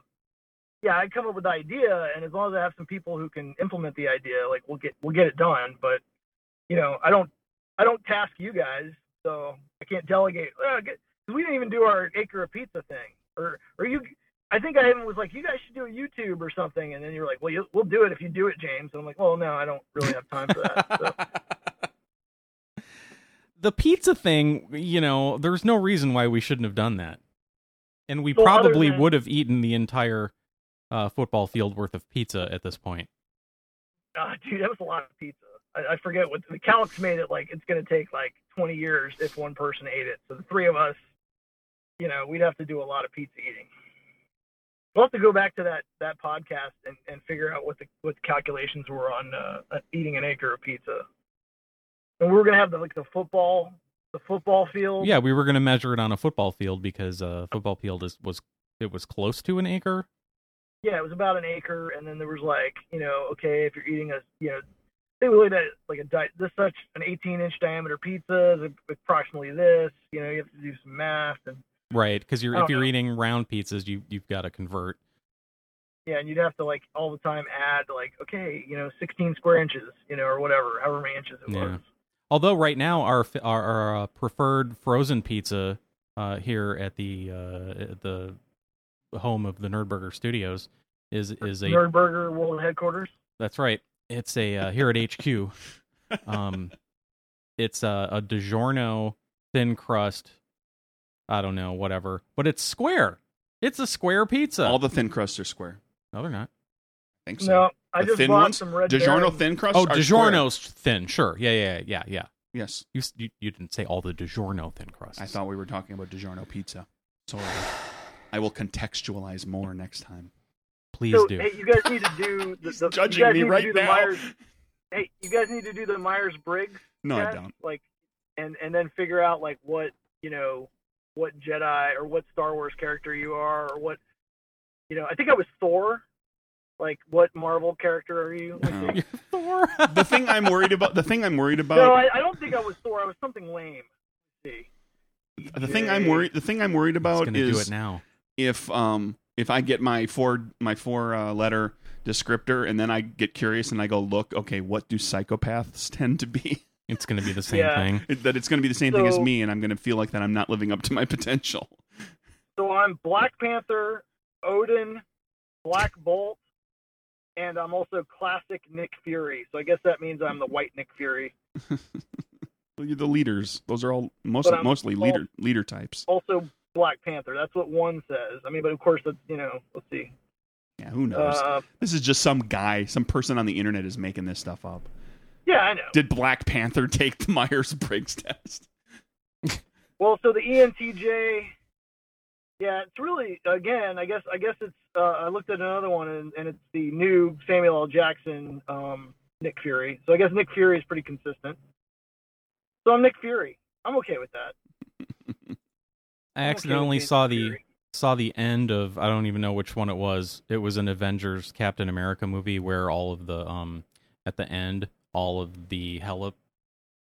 yeah, I come up with the idea, and as long as I have some people who can implement the idea, like we'll get we'll get it done. But you know, I don't I don't task you guys, so I can't delegate. Uh, get, 'cause we didn't even do our acre of pizza thing, or or you. I think I even was like, you guys should do a YouTube or something, and then you're like, well, you, we'll do it if you do it, James. And I'm like, well, no, I don't really have time for that. So.
the pizza thing, you know, there's no reason why we shouldn't have done that. And we
Well, other
probably
than-
would have eaten the entire uh, football field worth of pizza at this point.
Ah, dude, that was a lot of pizza. I, I forget what the Calix made it like. It's going to take like 20 years if one person ate it. So the three of us, you know, we'd have to do a lot of pizza eating. We'll have to go back to that that podcast and, and figure out what the what the calculations were on uh, uh, eating an acre of pizza. And we were going to have the like the football the football field.
Yeah, we were going to measure it on a football field because uh, football field is was it was close to an acre.
yeah, it was about an acre, and then there was like, you know, okay, if you're eating a, you know, they looked at like a di- this such an 18 inch diameter pizza, is approximately this, you know, you have to do some math, and
Right, because you're
I
if
don't
you're
know.
eating round pizzas, you you've got to convert.
yeah, and you'd have to like all the time add like, okay, you know, 16 square inches, you know, or whatever, however many inches it
Yeah.
was.
Although right now our f- our, our uh, preferred frozen pizza uh, here at the uh, at the home of the Nerdburger Studios is is a
Nerdburger World Headquarters.
That's right. It's a uh, here at HQ. Um, it's a, a DiGiorno thin crust. I don't know, whatever. But it's square. It's a square pizza.
All the thin crusts are square.
no, they're not.
I think so.
No, I
The
just
thin
bought
ones?
some red.
DiGiorno
Baron.
thin crust.
Oh,
are square.
DiGiorno's thin. Sure. Yeah, yeah, yeah, yeah.
Yes,
You, s- you you didn't say all the DiGiorno thin crusts.
I thought we were talking about DiGiorno pizza. Sorry, I will contextualize more next time.
Please
So,
do.
hey, you guys need to do the,
He's
the
judging
you guys
me
need to
right
do the
now.
Myers, hey, you guys need to do the Myers Briggs.
No, I
test,
don't.
Like, and and then figure out like what you know, what Jedi or what Star Wars character you are, or what you know. I think I was Thor. Like, what Marvel character are you? I
No.
think-
You're Thor.
The thing I'm worried about. The thing I'm worried about.
No, I, I don't think I was Thor. I was something lame. Let's see,
the thing I'm worried. The thing I'm worried
He's
about
gonna
is
do it now.
if um if I get my four my four uh, letter descriptor and then I get curious and I go look okay what do psychopaths tend to be
It's gonna be the same
Yeah.
thing.
that it's going to be the same thing as
So-
me and I'm going to feel like that I'm not living up to my potential.
So I'm Black Panther, Odin, Black Bolt, and I'm also classic Nick Fury. So I guess that means I'm the white Nick Fury.
You're the leaders. Those are all most,
But I'm
mostly
all-
leader leader types.
Also Black Panther. That's what one says. I mean, but of course that's you know. Let's see.
Yeah, who knows?
Uh,
this is just some guy, some person on the internet is making this stuff up.
yeah, I know.
Did Black Panther take the Myers Briggs test?
Well, so the E ENTJ, yeah, it's really again. I guess I guess it's. Uh, I looked at another one, and, and it's the new Samuel L. Jackson, um, Nick Fury. So I guess Nick Fury is pretty consistent. So I'm Nick Fury. I'm okay with that.
I
I'm okay with
accidentally
being
saw
Nick
the
Fury.
saw the end of I don't even know which one it was. It was an Avengers Captain America movie where all of the um at the end all of the heli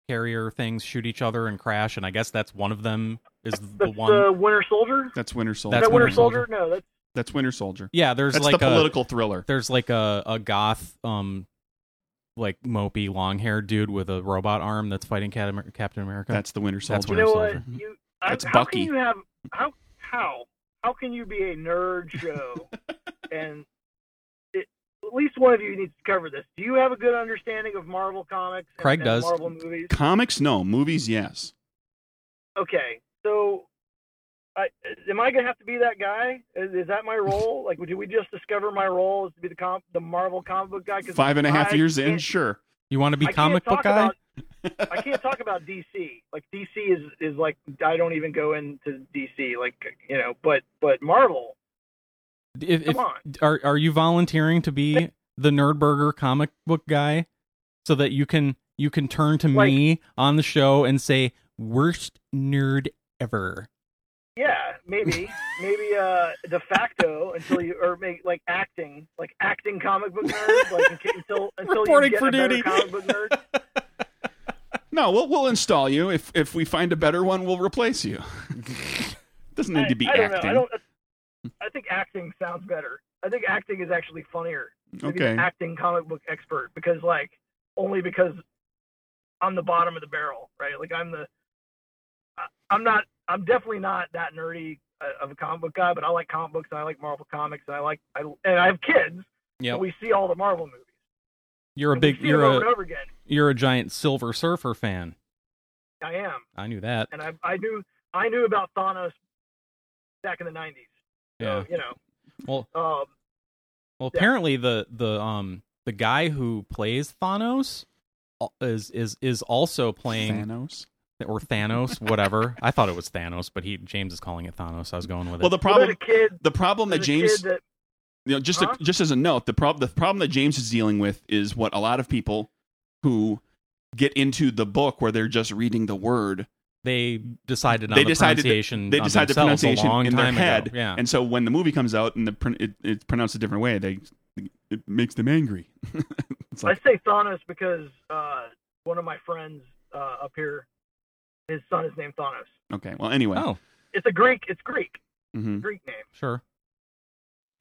carrier things shoot each other and crash and I guess that's one of them is the
That's
one
the Winter Soldier.
That's Winter Soldier.
Is
That's
that Winter
Winter
Soldier? No, that's
That's Winter Soldier.
Yeah, there's
That's
like
the
a
political thriller.
there's like a a goth um like mopey long-haired dude with a robot arm that's fighting Cat- Amer- Captain America.
That's the Winter
That's
Soldier.
you
Winter
know
Soldier.
what you.
That's
I, how
Bucky.
Can you have how how how can you be a nerd show and it, at least one of you needs to cover this. Do you have a good understanding of Marvel comics? and-
Craig
and
does.
Marvel movies.
Comics, no. Movies, yes.
Okay, so. I, am I gonna have to be that guy? Is, is that my role? Like, did we just discover my role is to be the com- the Marvel comic book guy? 'Cause
Five and a half
I
years in,
can't-
sure.
you want to be
I can't
comic book
talk
guy?
about- I can't talk about DC. Like DC is is like I don't even go into DC. Like you know, but but Marvel.
if, if-
Come on.
are are you volunteering to be the Nerdburger comic book guy so that you can you can turn to
Like-
me on the show and say worst nerd ever.
Yeah, maybe maybe uh de facto until you or make like acting like acting comic book nerd like in- until until
Reporting
you get
for
a better
duty.
comic book nerd.
No, we'll, we'll install you. If if we find a better one, we'll replace you. the doesn't need to be
I, I don't
acting.
Know. I don't. I think acting sounds better. I think acting is actually funnier. Maybe
Okay.
Acting comic book expert because like only because I'm the bottom of the barrel, right? Like I'm the. I, I'm not. I'm definitely not that nerdy uh, of a comic book guy, but I like comic books and I like Marvel comics and I like I and I have kids.
Yeah,
and we see all the Marvel movies.
you're a
And we
big
see them over
you're
and
a
over again.
you're a giant Silver Surfer fan.
I am,
I knew that.
and uh, I I knew I knew about Thanos back in the '90s.
Yeah.
So, you know.
Well,
Um,
well,
Yeah.
apparently the the um the guy who plays Thanos al- is is is also playing
Thanos.
or Thanos, whatever. I thought it was Thanos, but he James is calling it Thanos. So I was going with
Well,
it.
the
well, there's
problem
a kid.
the problem that
there's a
James
kid that-
you know, just
Huh?
to, just as a note, the problem the problem that James is dealing with is what a lot of people who get into the book where they're just reading the word,
they decided on
they
the
decided
pronunciation.
they
on
decide the
themselves
pronunciation
a long
in their
time
head,
Ago. Yeah,
and so when the movie comes out and the pron- it, it's pronounced a different way, they it makes them angry. it's
I
like
say Thanos because uh, one of my friends uh, up here, his son is named Thanos.
okay, well anyway,
oh
It's a Greek. It's Greek.
hmm
Greek name.
sure.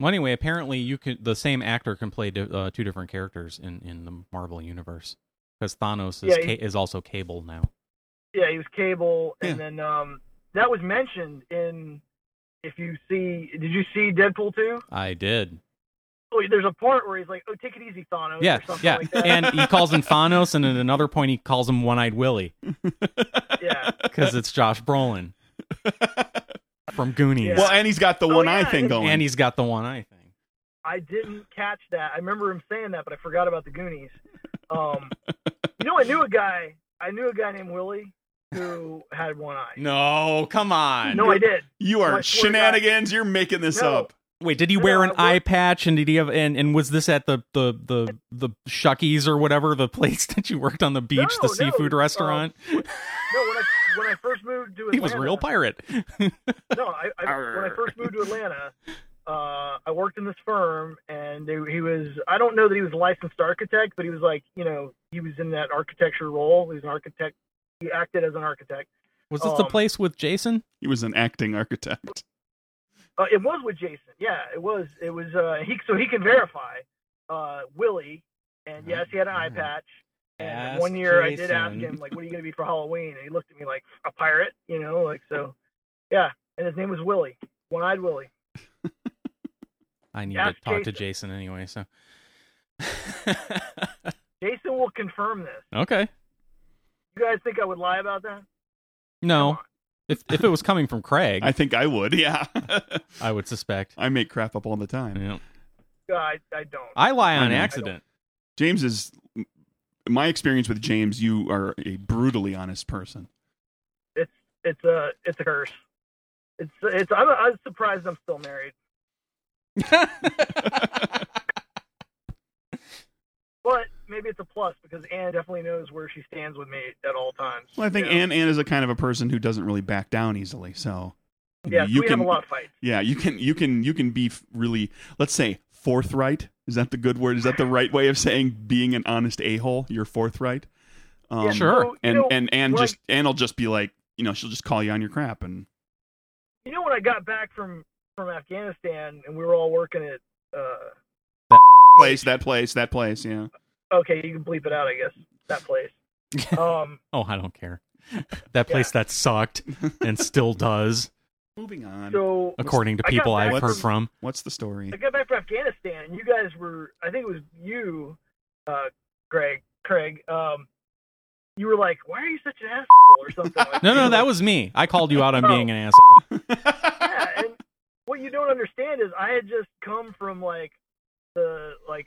Well, anyway, apparently you could the same actor can play di- uh, two different characters in in the Marvel universe because Thanos is
Yeah,
ca-
he-
is also Cable now.
Yeah, he was Cable, and
Yeah.
then um, that was mentioned in. If you see, did you see Deadpool two?
I did.
Oh, there's a part where he's like, "Oh, take it easy, Thanos."
Yeah,
or something
yeah.
Like that.
and he calls him Thanos, and at another point he calls him One Eyed Willie
yeah.
because it's Josh Brolin from Goonies,
Yeah.
Well, and he's got the
Oh,
one eye
yeah,
thing
and-
going.
and he's got the one eye thing.
I didn't catch that. I remember him saying that, but I forgot about the Goonies. Um, you know, I knew a guy. I knew a guy named Willie who had one eye.
No, come on.
no I did.
you are
I swear to God.
shenanigans. You're making this
No.
up.
Wait, did he
No,
wear
no,
an
I
eye
work-
patch? And did he have? And, and was this at the the the the Shuckies or whatever the place that you worked on the beach,
No, no,
the seafood
um,
restaurant?
No, when I when I first moved to Atlanta,
he was a real pirate.
No, I, I when I first moved to Atlanta, uh, I worked in this firm, and they, he was. I don't know that he was a licensed architect, but he was like, you know, he was in that architecture role. He was an architect. He acted as an architect.
Was this the
Um,
place with Jason?
He was an acting architect.
Uh, it was with Jason. Yeah, it was. It was. Uh, he so he can verify. Uh, Willie, and yes, he had an eye patch. And
Ask
one year I did ask
Jason.
him like, "What are you going to be for Halloween?" And he looked at me like a pirate, you know, like so. Yeah, and his name was Willie, one-eyed Willie.
I need
Ask
to talk to
Jason.
Jason anyway. So
Jason will confirm this.
okay,
You guys think I would lie about that?
no.
Come on.
If if it was coming from Craig,
I think I would. Yeah,
I would suspect.
I make crap up all the time.
Yeah.
Yeah, I, I don't.
I lie
I
on
know.
accident.
James is my experience with James. You are a brutally honest person.
it's it's a it's a curse. It's it's. I'm, I'm surprised I'm still married. But maybe it's a plus because Anne definitely knows where she stands with me at all times.
Well, I think
you know?
Ann Ann is a kind of a person who doesn't really back down easily. So you know,
Yeah,
you
we
can
have a lot of fights.
yeah you can you can you can be f- really let's say forthright. Is that the good word? Is that the right way of saying being an honest a hole? You're forthright. Um,
Yeah,
Sure.
so, you
And
know,
and Ann
when I-
just Ann will just be like you know she'll just call you on your crap and
you know when I got back from from Afghanistan and we were all working at. Uh,
place that place that place yeah.
okay, you can bleep it out, I guess. That place. Um,
Oh, I don't care. That place that sucked and still does,
Moving on.
so
according to
I got
people
back
I've heard
from-
from.
What's the story?
I got back from Afghanistan, and you guys were, I think it was you, uh, Greg, Craig, um, you were like, why are you such an asshole or something like
No, no, that was me. I called you out on
Oh.
being an asshole.
Yeah, and what you don't understand is I had just come from, like, the, like,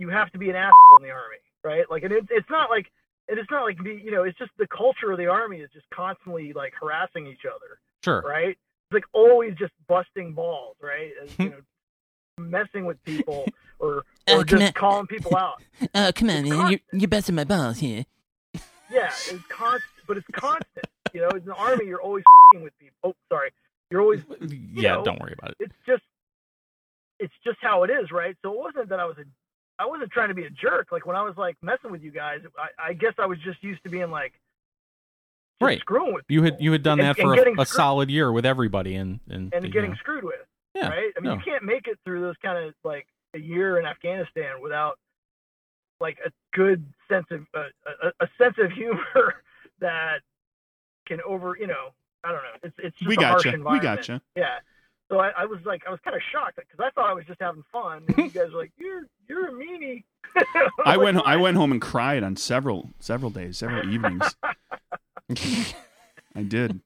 you have to be an asshole in the Army, right? Like, and it, it's not like, and it's not like, me- you know, it's just the culture of the Army is just constantly, like, harassing each other.
Sure.
right? It's like always just busting balls, right? As, you know, messing with people or
Oh,
or
come
just
on.
calling people out.
Oh, come on, man. You're, you're busting my balls here.
Yeah, it's constant, but it's constant. You know, in the army, you're always fing with people. Oh, sorry, you're always.
Yeah,
know,
don't worry about it.
It's just, it's just how it is, right? So it wasn't that I was a, I wasn't trying to be a jerk. Like when I was like messing with you guys, I, I guess I was just used to being like just
Right.
screwing with
You had
people
you had done
and-
that
and
for
getting
a, a
screwed-
solid year with everybody, and and,
and
you
getting
know.
screwed with.
yeah,
right? I mean,
no.
you can't make it through this kind of like a year in Afghanistan without like a good sense of uh, a, a sense of humor that can over, you know, I don't know. It's it's just
We
a harsh
gotcha. We
environment.
gotcha.
Yeah. So I, I was like, I was kind of shocked because I thought I was just having fun. And you guys were like, you're you're a meanie.
I went. I went home and cried on several several days, several evenings. I did.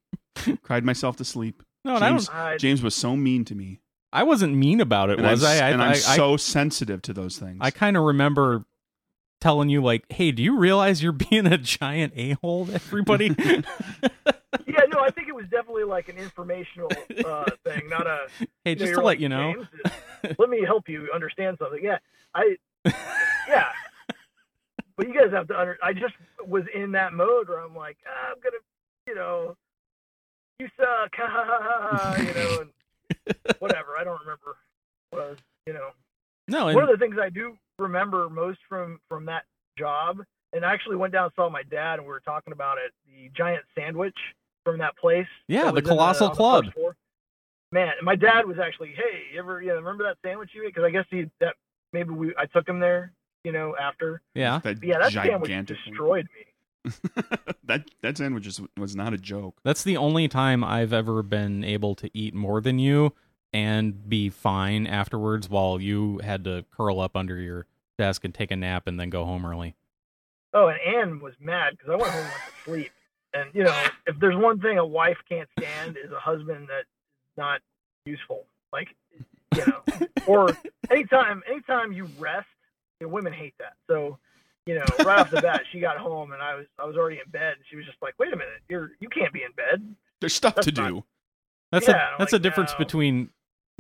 Cried myself to sleep.
No, and I
James,
don't.
I-
James was so mean to me.
I wasn't mean about it,
and
was
I'm,
I?
s-
I,
and
I,
I'm
I,
so sensitive to those things.
I kind of remember telling you like, "Hey, do you realize you're being a giant a hole, to everybody?"
Yeah, no, I think it was definitely like an informational uh, thing, not a.
hey,
you know,
just
you're
to
like,
let you know,
"James, let me help you understand something. Yeah, I, yeah. But you guys have to under. I just was in that mode where I'm like, ah, I'm gonna, you know, you suck, ha, ha, ha, ha, ha, you know, and whatever. I don't remember what I was, you know.
no,
One of
and,
the things I do remember most from from that job, and I actually went down and saw my dad, and we were talking about it. The giant sandwich from that place. that
Yeah, the
was in on
Colossal
first
Club.
floor. Man, and my dad was actually, hey, you ever, you know, remember that sandwich you ate? Because I guess he that maybe we I took him there, you know, after.
yeah,
that
Yeah, that sandwich
gigantic.
destroyed me.
that that sandwich is, was not a joke.
that's the only time I've ever been able to eat more than you and be fine afterwards, while you had to curl up under your desk and take a nap and then go home early.
Oh, and Anne was mad because I went home and went to sleep. And you know, if there's one thing a wife can't stand is a husband that's not useful. Like, you know, or anytime anytime you rest, you know, women hate that. So, you know, right off the bat, she got home and I was I was already in bed, and she was just like, "Wait a minute, you're you can't be in bed."
There's stuff
That's
to
not-
do.
That's
Yeah,
a that's
like,
a difference
no.
between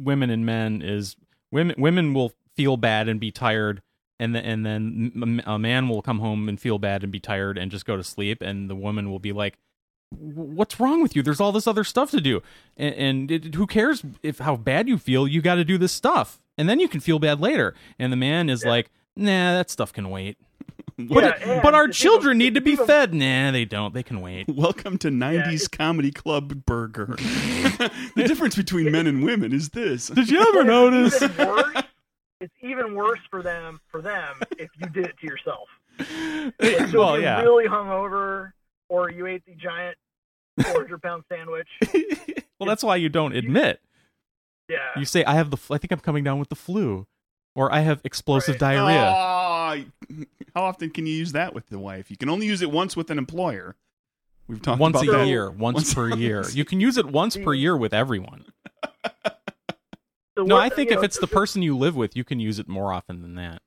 women and men is women women will feel bad and be tired and the, and then m- a man will come home and feel bad and be tired and just go to sleep and the woman will be like "W- what's wrong with you there's all this other stuff to do and, and it, who cares if how bad you feel you got to do this stuff and then you can feel bad later and the man is like nah that stuff can wait but,
Yeah, and
but our
it's even-
children need to
it's
be
even-
fed nah they don't they can wait
Welcome to 90s
it's-
comedy club burger. the difference between men and women is this.
did you ever notice
It's even worse. It's even worse for them for them if you did it to yourself. Like, so
well
if you're
yeah
really hungover, or you ate the giant 400 pound sandwich.
well, that's why you don't admit.
Yeah.
You say, "I have the. Fl- I think I'm coming down with the flu," or "I have explosive diarrhea."
Oh, how often can you use that with the wife? You can only use it once with an employer. We've talked
Once a
about that.
year, once,
Once-
per year. You can use it once per year with everyone.
So
No,
what-
I think
you
if
know,
it's the person you live with, you can use it more often than that.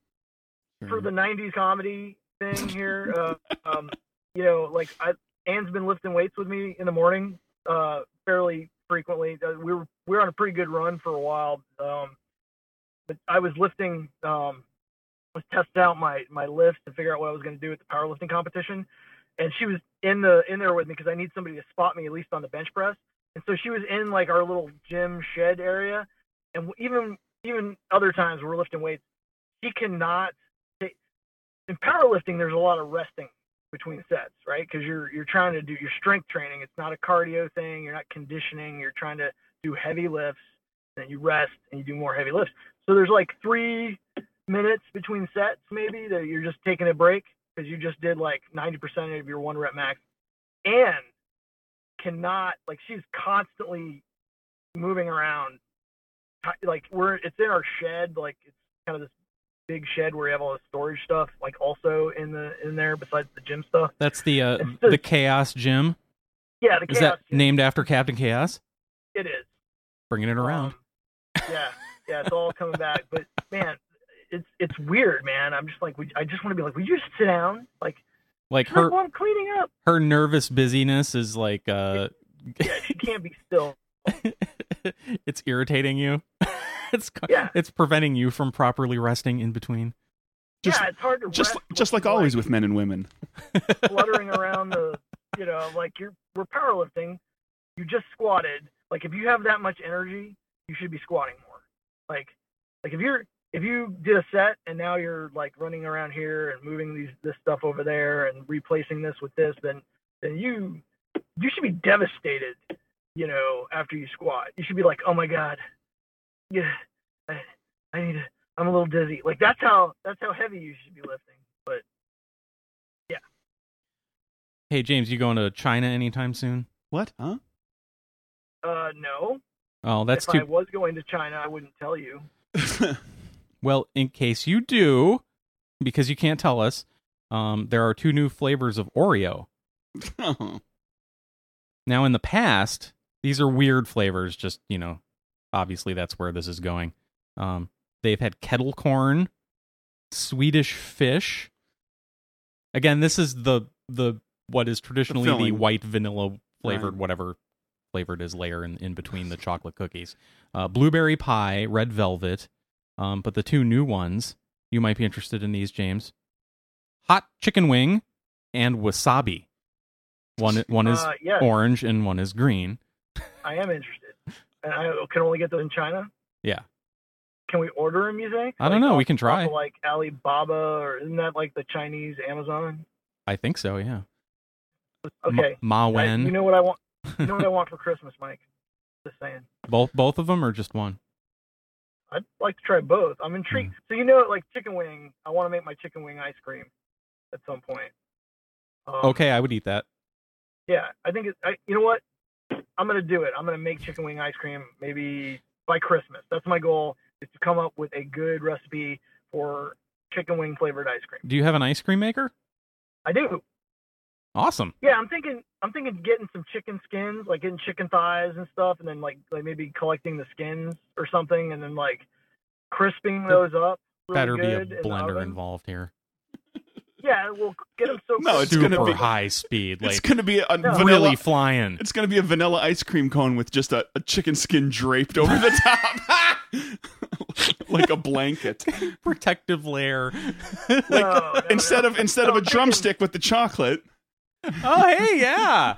for the '90s comedy thing here, uh, um, you know, like I, Anne's been lifting weights with me in the morning uh, fairly frequently. Uh, we were we were on a pretty good run for a while, um, but I was lifting. Um, was testing out my my lifts to figure out what I was going to do at the powerlifting competition, and she was in the in there with me because I need somebody to spot me at least on the bench press. And so she was in like our little gym shed area, and even even other times we're lifting weights, she cannot in powerlifting, there's a lot of resting between sets, right? Because you're you're trying to do your strength training. It's not a cardio thing. You're not conditioning. You're trying to do heavy lifts, then you rest and you do more heavy lifts. So there's like three minutes between sets, maybe that you're just taking a break because you just did like 90% of your one rep max, and cannot like she's constantly moving around. Ti- Like we're it's in our shed, like it's kind of this big shed where we have all the storage stuff, like also in the in there besides the gym stuff.
That's the uh,
It's
the
the-
chaos gym.
Yeah, the
Is
chaos
that named after Captain Chaos?
it is.
Bringing it around.
Um, yeah, yeah, it's all coming back. But man, it's it's weird, man. I'm just like, would, I just want to be like, would you just sit down? Like,
Like
she's like,
her
well, I'm cleaning up.
her nervous busyness is like uh,
Yeah, she can't be still.
it's irritating you. it's co-
Yeah.
it's preventing you from properly resting in between.
Just-
yeah, it's hard to
Just,
rest when
just like
you're,
always with men and women.
fluttering around the, you know, like you're we're powerlifting. You just squatted. Like if you have that much energy, you should be squatting more. Like, like if you're if you did a set and now you're like running around here and moving these this stuff over there and replacing this with this, then then you you should be devastated, you know, after you squat. You should be like, oh my god, yeah, I, I need, to, I'm a little dizzy. Like that's how that's how heavy you should be lifting. But
Hey James, you going to China anytime soon?
What? Huh?
uh, no,
Oh, that's
if I
too
was going to China, I wouldn't tell you.
well. In case you do, because you can't tell us, um, there are two new flavors of Oreo.
Oh.
Now, in the past, these are weird flavors. Just you know, obviously that's where this is going. Um, they've had kettle corn, Swedish fish. Again, this is the the what is traditionally the,
filling.
white vanilla flavored
Right.
whatever flavored is layer in, in between the chocolate cookies, uh, blueberry pie, red velvet. Um, but the two new ones you might be interested in these, James. Hot chicken wing and wasabi. One one is
uh, yeah,
orange and one is green.
I am interested, and I can only get those in China.
Yeah.
Can we order them? You think?
I don't know. We can try.
off of, like Alibaba, or isn't that like the Chinese Amazon?
I think so. Yeah. M-
Okay.
Ma
I-
Wen.
you know what I want? You know what I want for Christmas, Mike? Just saying.
both both of them or just one?
I'd like to try both. I'm intrigued.
Hmm.
So you know, like chicken wing, I want to make my chicken wing ice cream at some point. Um,
Okay, I would eat that.
Yeah, I think it, I, you know what? I'm gonna do it. I'm gonna make chicken wing ice cream maybe by Christmas. That's my goal is to come up with a good recipe for chicken wing flavored ice cream.
Do you have an ice cream maker?
I do.
Awesome.
Yeah, I'm thinking. I'm thinking getting some chicken skins, like getting chicken thighs and stuff, and then like like maybe collecting the skins or something, and then like crisping those up. Really
Better be a
good in the
blender
oven.
involved here.
Yeah, we'll get them so.
No, it's
Super
gonna be-
high speed,
it's
like
gonna be a
No.
vanilla.
really flying.
It's gonna be a vanilla ice cream cone with just a, a chicken skin draped over the top, like a blanket.
Protective layer.
Like
No, no,
instead
no.
of instead of
No,
a
chicken-
drumstick with the chocolate.
oh hey, yeah.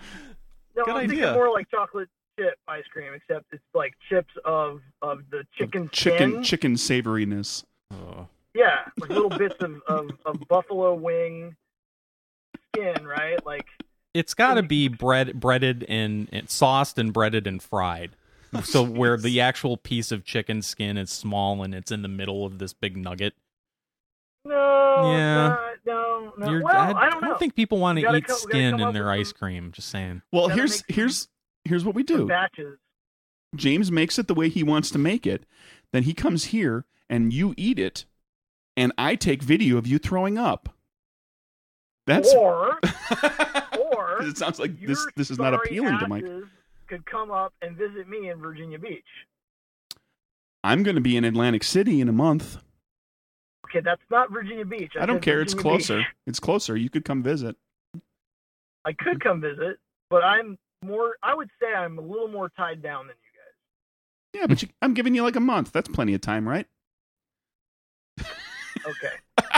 No,
Good
I'm
idea.
thinking more like chocolate chip ice cream, except it's like chips of of the chicken
chicken
skin.
chicken savoriness.
Yeah, like little bits of, of of buffalo wing skin, right? Like
It's got to be bread, breaded and, and sauced and breaded and fried. So where the actual piece of chicken skin is small and it's in the middle of this big nugget.
no,
Yeah.
no, no, no.
You're-
well, I, don't know.
think people want
We
to
gotta
eat
co- we gotta
skin
come
in
up
their
with
ice
some-
cream. Just saying.
Well,
Gotta
here's
make-
here's here's what we
For
do.
batches.
James makes it the way he wants to make it. Then he comes here and you eat it, and I take video of you throwing up. That's
or or
it sounds like
your
this this is not
sorry
appealing to Mike.
asses Could come up and visit me in Virginia Beach.
I'm going to be in Atlantic City in a month.
Okay, that's not Virginia Beach.
I don't
said
care. It's
Virginia Beach.
closer. It's closer. You could come visit.
I could come visit, but I'm more. I would say I'm a little more tied down than you guys.
Yeah, but you, I'm giving you like a month. That's plenty of time, right?
Okay.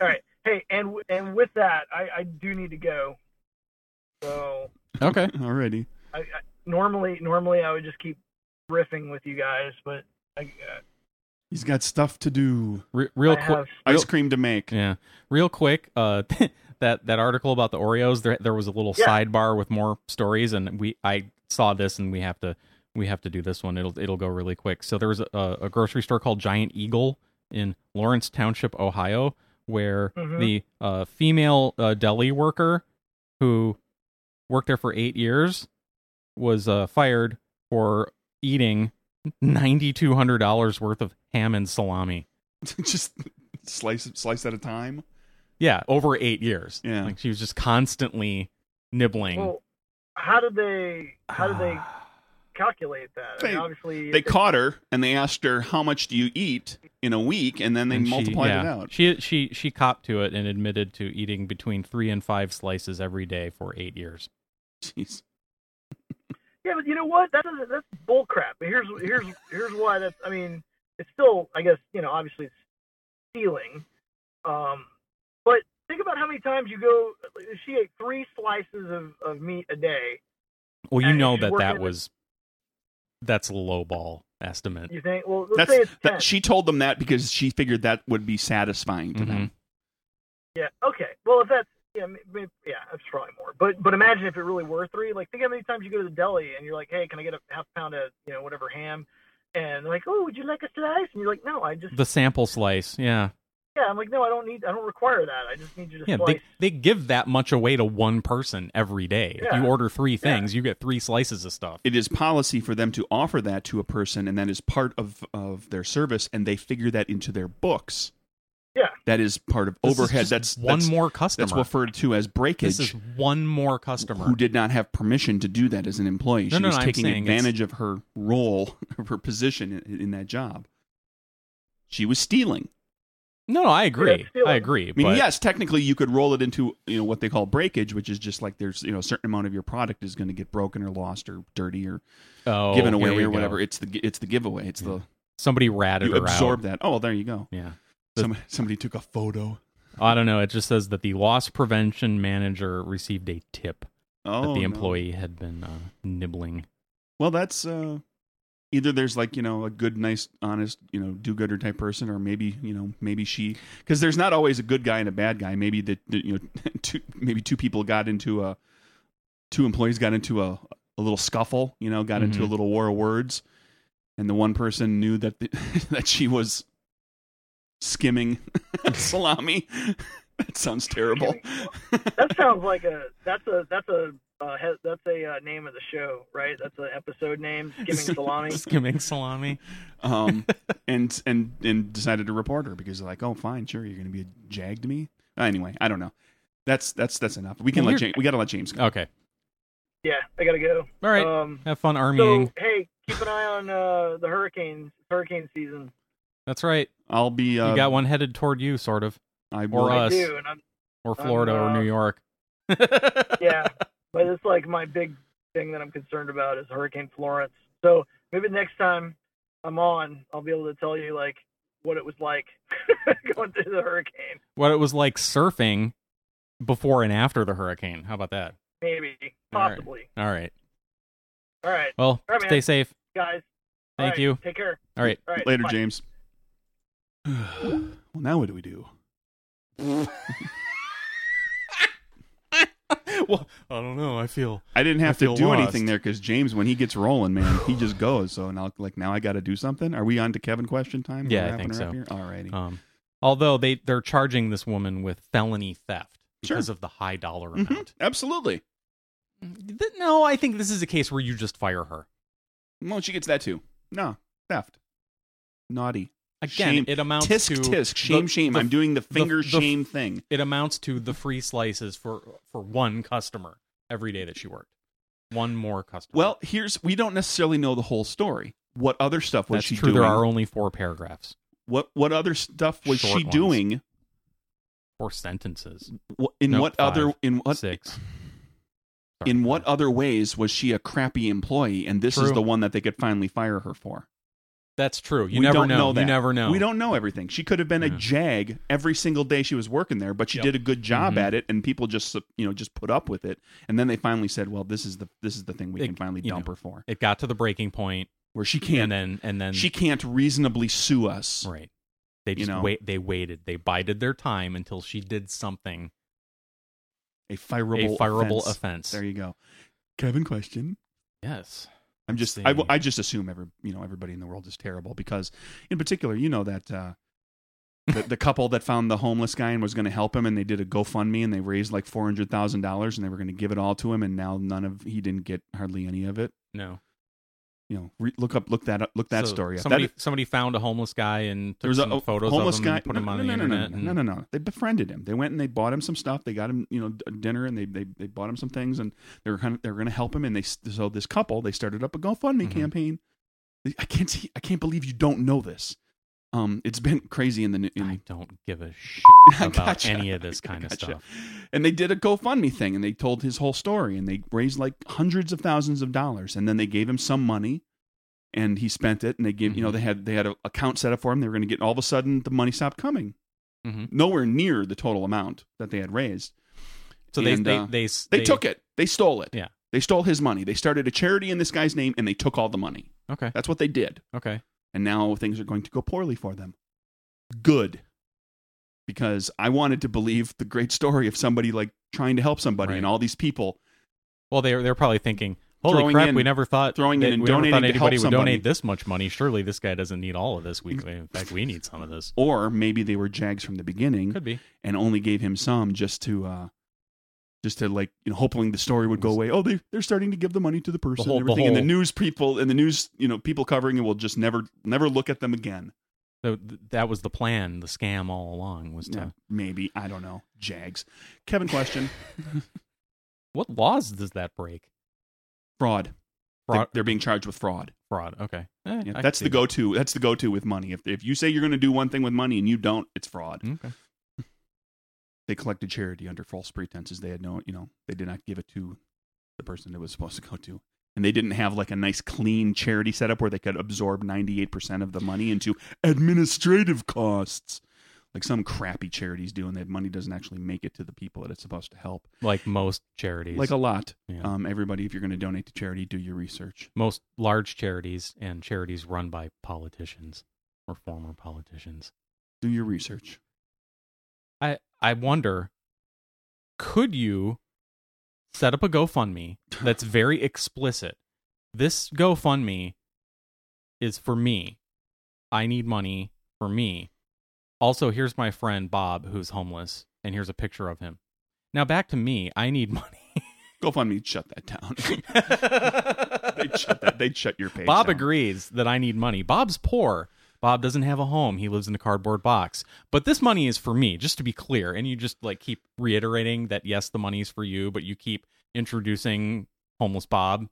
All right. Hey, and and with that, I, I do need to go. So
Okay.
Already.
I, I normally normally I would just keep riffing with you guys, but I, uh,
He's got stuff to do.
Re- real
I
quick.
have
Ice cream to make.
Yeah. Real quick. Uh, that that article about the Oreos. There there was a little
Yeah.
sidebar with more stories, and we I saw this, and we have to we have to do this one. It'll it'll go really quick. So there was a, a grocery store called Giant Eagle in Lawrence Township, Ohio, where
Mhm.
the uh, female uh, deli worker who worked there for eight years was uh, fired for eating ninety two hundred dollars worth of ham and salami.
Just slice slice at a time.
Yeah, over eight years.
Yeah.
like she was just constantly nibbling.
well, how did they how did they calculate that? I mean,
They-
obviously,
They caught her and they asked her how much do you eat in a week, and then they
And she-
multiplied it
yeah.
out.
She she she copped to it and admitted to eating between three and five slices every day for eight years.
Jeez.
Yeah, but you know what? That doesn't. That's bull crap. But here's here's here's why. That's. I mean, it's still. I guess you know. Obviously, it's stealing. Um, but think about how many times you go. She ate three slices of of meat a day.
Well, you
And
know
she's
that
working
that
at-
was that's a low ball estimate.
You think? Well, let's
That's
say it's ten.
that, she told them
Mm-hmm.
that because she figured that would be satisfying to them.
yeah. Okay. Well, if that's yeah, m- m- yeah, it's probably more. But but imagine if it really were three. Like think how many times you go to the deli and you're like, hey, can I get a half pound of you know whatever ham? And they're like, oh, would you like a slice? And you're like, no, I just
The sample slice, yeah,
yeah. I'm like, no, I don't need, I don't require that. I just need you to
yeah.
slice.
They they give that much away to one person every day. If you
Yeah.
order three things, you get three slices of stuff.
It is policy for them to offer that to a person, and that is part of of their service, and they figure that into their books.
Yeah.
that is part of
This is
overhead.
just
That's
one
that's-
more customer.
That's referred to as breakage.
this is one more customer.
who did not have permission to do that as an employee.
No,
she
no,
was
no, I'm
taking
saying it's-
advantage of her role, of her position in, in that job. She was stealing.
no, no, I agree.
Yeah, still-
I agree.
I mean,
but
yes, technically you could roll it into you know what they call breakage, which is just like there's you know a certain amount of your product is going to get broken or lost or dirty or
oh,
given
here
away
you
or
go.
whatever. It's the it's the giveaway. It's
Somebody
the
ratted
you
her
absorb
out.
that. Oh, there you go.
Yeah.
Some, somebody took a photo.
I don't know. It just says that the loss prevention manager received a tip
Oh,
that the
no.
employee had been uh, nibbling.
Well, that's uh, either there's like you know a good, nice, honest, you know, do-gooder type person, or maybe you know maybe she because there's not always a good guy and a bad guy. Maybe the, the you know two maybe two people got into a two employees got into a a little scuffle, you know, got into a little war of words, and the one person knew that the, that she was skimming salami. that sounds terrible.
That sounds like a that's a that's a uh, he, that's a uh, name of the show, right? That's an episode name. Skimming salami.
Skimming salami.
um, and and and decided to report her because they're like, oh, fine, sure, you're going to be a jag to me. Anyway, I don't know. That's that's that's enough. We can
Well,
let
you're-
James, we got to let James go.
Okay.
Yeah, I gotta go.
All right.
Um,
Have fun armying.
so hey, keep an eye on uh, the hurricanes. Hurricane season.
That's right.
I'll be. Uh,
you got one headed toward you, sort of,
I
or
will-
I
us.
do, and I'm
or
I'm,
Florida, or
uh,
New York.
yeah, but it's like my big thing that I'm concerned about is Hurricane Florence. So maybe next time I'm on, I'll be able to tell you like what it was like going through the hurricane.
What it was like surfing before and after the hurricane. How about that?
Maybe,
All right.
possibly.
All right.
All right,
Well,
All right, man.
stay safe.
guys. All
Thank
right,
you.
Take care.
All right.
All right.
later,
bye.
James. well, now what do we do?
well, I don't know. I feel
I didn't have
I
to
feel
do
lost.
anything there because James, when he gets rolling, man, he just goes. So now, like now, I got to do something. Are we on to Kevin question time?
Yeah,
We're
I
wrapping
think
her up
so.
Here? Alrighty.
Um, although they they're charging this woman with felony theft
Sure.
because of the high dollar
Mhm,
amount.
Absolutely.
Th- No, I think this is a case where you just fire her.
Well, she gets that too. No theft. Naughty.
Again,
Shame.
it amounts
tisk
to
tisk shame
the-
shame.
the-
I'm doing the
the-
finger
the-
shame thing.
It amounts to the free slices for for one customer every day that she worked. One more customer.
Well, here's we don't necessarily know the whole story. What other stuff was
that's
she
true.
doing?
There are only four paragraphs
what what other stuff was
Short
she
ones.
doing?
or sentences.
Wh- In
Nope,
what
five,
other in what
Six.
in what other ways was she a crappy employee? And this is
True.
the one that they could finally fire her for.
That's true. You
we
never
don't
know.
that.
You never know.
We don't know everything. She could have been
Yeah.
a jag every single day she was working there, but she
Yep.
did a good job
Mhm.
at it, and people just you know just put up with it. And then they finally said, "Well, this is the this is the thing we
It-
can finally
you
dump
know.
her for,"
It got to the breaking point,
where she can't
and then and then
she can't reasonably sue us.
right. They
You
just
know.
wait. They waited. They bided their time until she did something
A fireable,
a fireable
offense.
offense.
There you go. Kevin, question.
Yes.
I'm
Let's
just I,
see.
I just assume every you know everybody in the world is terrible because in particular you know that uh, the, the couple that found the homeless guy and was going to help him and they did a GoFundMe and they raised like four hundred thousand dollars and they were going to give it all to him and now none of he didn't get hardly any of it.
No.
You know, re- look up look that up, look that
So
story up.
Somebody,
that,
somebody found a homeless guy and took
there was
some
a, a
photos
homeless
of him
guy.
and put
no,
him on
no,
the
no, no,
internet.
No,
and-
no, no, no, no. They befriended him. They went and they bought him some stuff. They got him, you know, d- dinner and they they, they bought him some things and they were kind of, they were going to help him. And they s- so this couple they started up a GoFundMe
Mhm.
campaign. I can't see. I can't believe you don't know this. Um, it's been crazy in the new.
I
In,
don't give a shit
I
about
gotcha.
any of this kind
I gotcha.
of stuff.
And they did a GoFundMe thing and they told his whole story and they raised like hundreds of thousands of dollars and then they gave him some money and he spent it and they gave you know
Mhm.
they had they had an account set up for him they were going to get all of a sudden the money stopped coming.
Mhm.
Nowhere near the total amount that they had raised.
So they,
And,
they,
uh,
they,
They, took it. They stole it.
Yeah.
They stole his money. They started a charity in this guy's name and they took all the money.
Okay.
That's what they did.
Okay.
And now things are going to go poorly for them. Good. Because I wanted to believe the great story of somebody like trying to help somebody,
Right.
and all these people
Well, they're they're probably thinking, "Holy
Throwing
crap!
in-
we never thought
throwing
that,
in and
we never
donating
thought
to
anybody
help
would
somebody.
donate this much money. Surely this guy doesn't need all of this. We in fact we need some of this.
or maybe they were Jags from the beginning
Could be.
and only gave him some just to, uh, just to like, you know, hoping the story would go away. Oh, they they're starting to give the money to the person,
whole-
and
the
everything, and the
whole-
news people and the news, you know, people covering it will just never never look at them again.
So th- that was the plan, the scam all along was to.
Yeah, maybe I don't know. Jags. Kevin, question
What laws does that break?
fraud.
Fraud.
They're being charged with fraud.
fraud. Okay, Eh,
Yeah,
I
that's
see
the
that.
go to. That's the go to with money. If if you say you're going to do one thing with money and you don't, it's fraud.
Okay.
They collected charity under false pretenses. They had no, you know, they did not give it to the person it was supposed to go to, and they didn't have like a nice clean charity setup where they could absorb 98 percent of the money into administrative costs, like some crappy charities do, and that money doesn't actually make it to the people that it's supposed to help.
Like most charities,
Like a lot,
Yeah.
um, everybody. If you're going to donate to charity, do your research.
most large charities and charities run by politicians or former politicians.
Do your research.
I I wonder, could you set up a GoFundMe that's very explicit? This GoFundMe is for me. I need money for me. Also, here's my friend Bob who's homeless, and here's a picture of him. Now back to me. I need money.
GoFundMe shut that down. they'd shut that. They'd shut your page.
Bob
down.
agrees that I need money. Bob's poor. Bob doesn't have a home. He lives in a cardboard box. But this money is for me, just to be clear. And you just like keep reiterating that yes, the money is for you, but you keep introducing homeless Bob.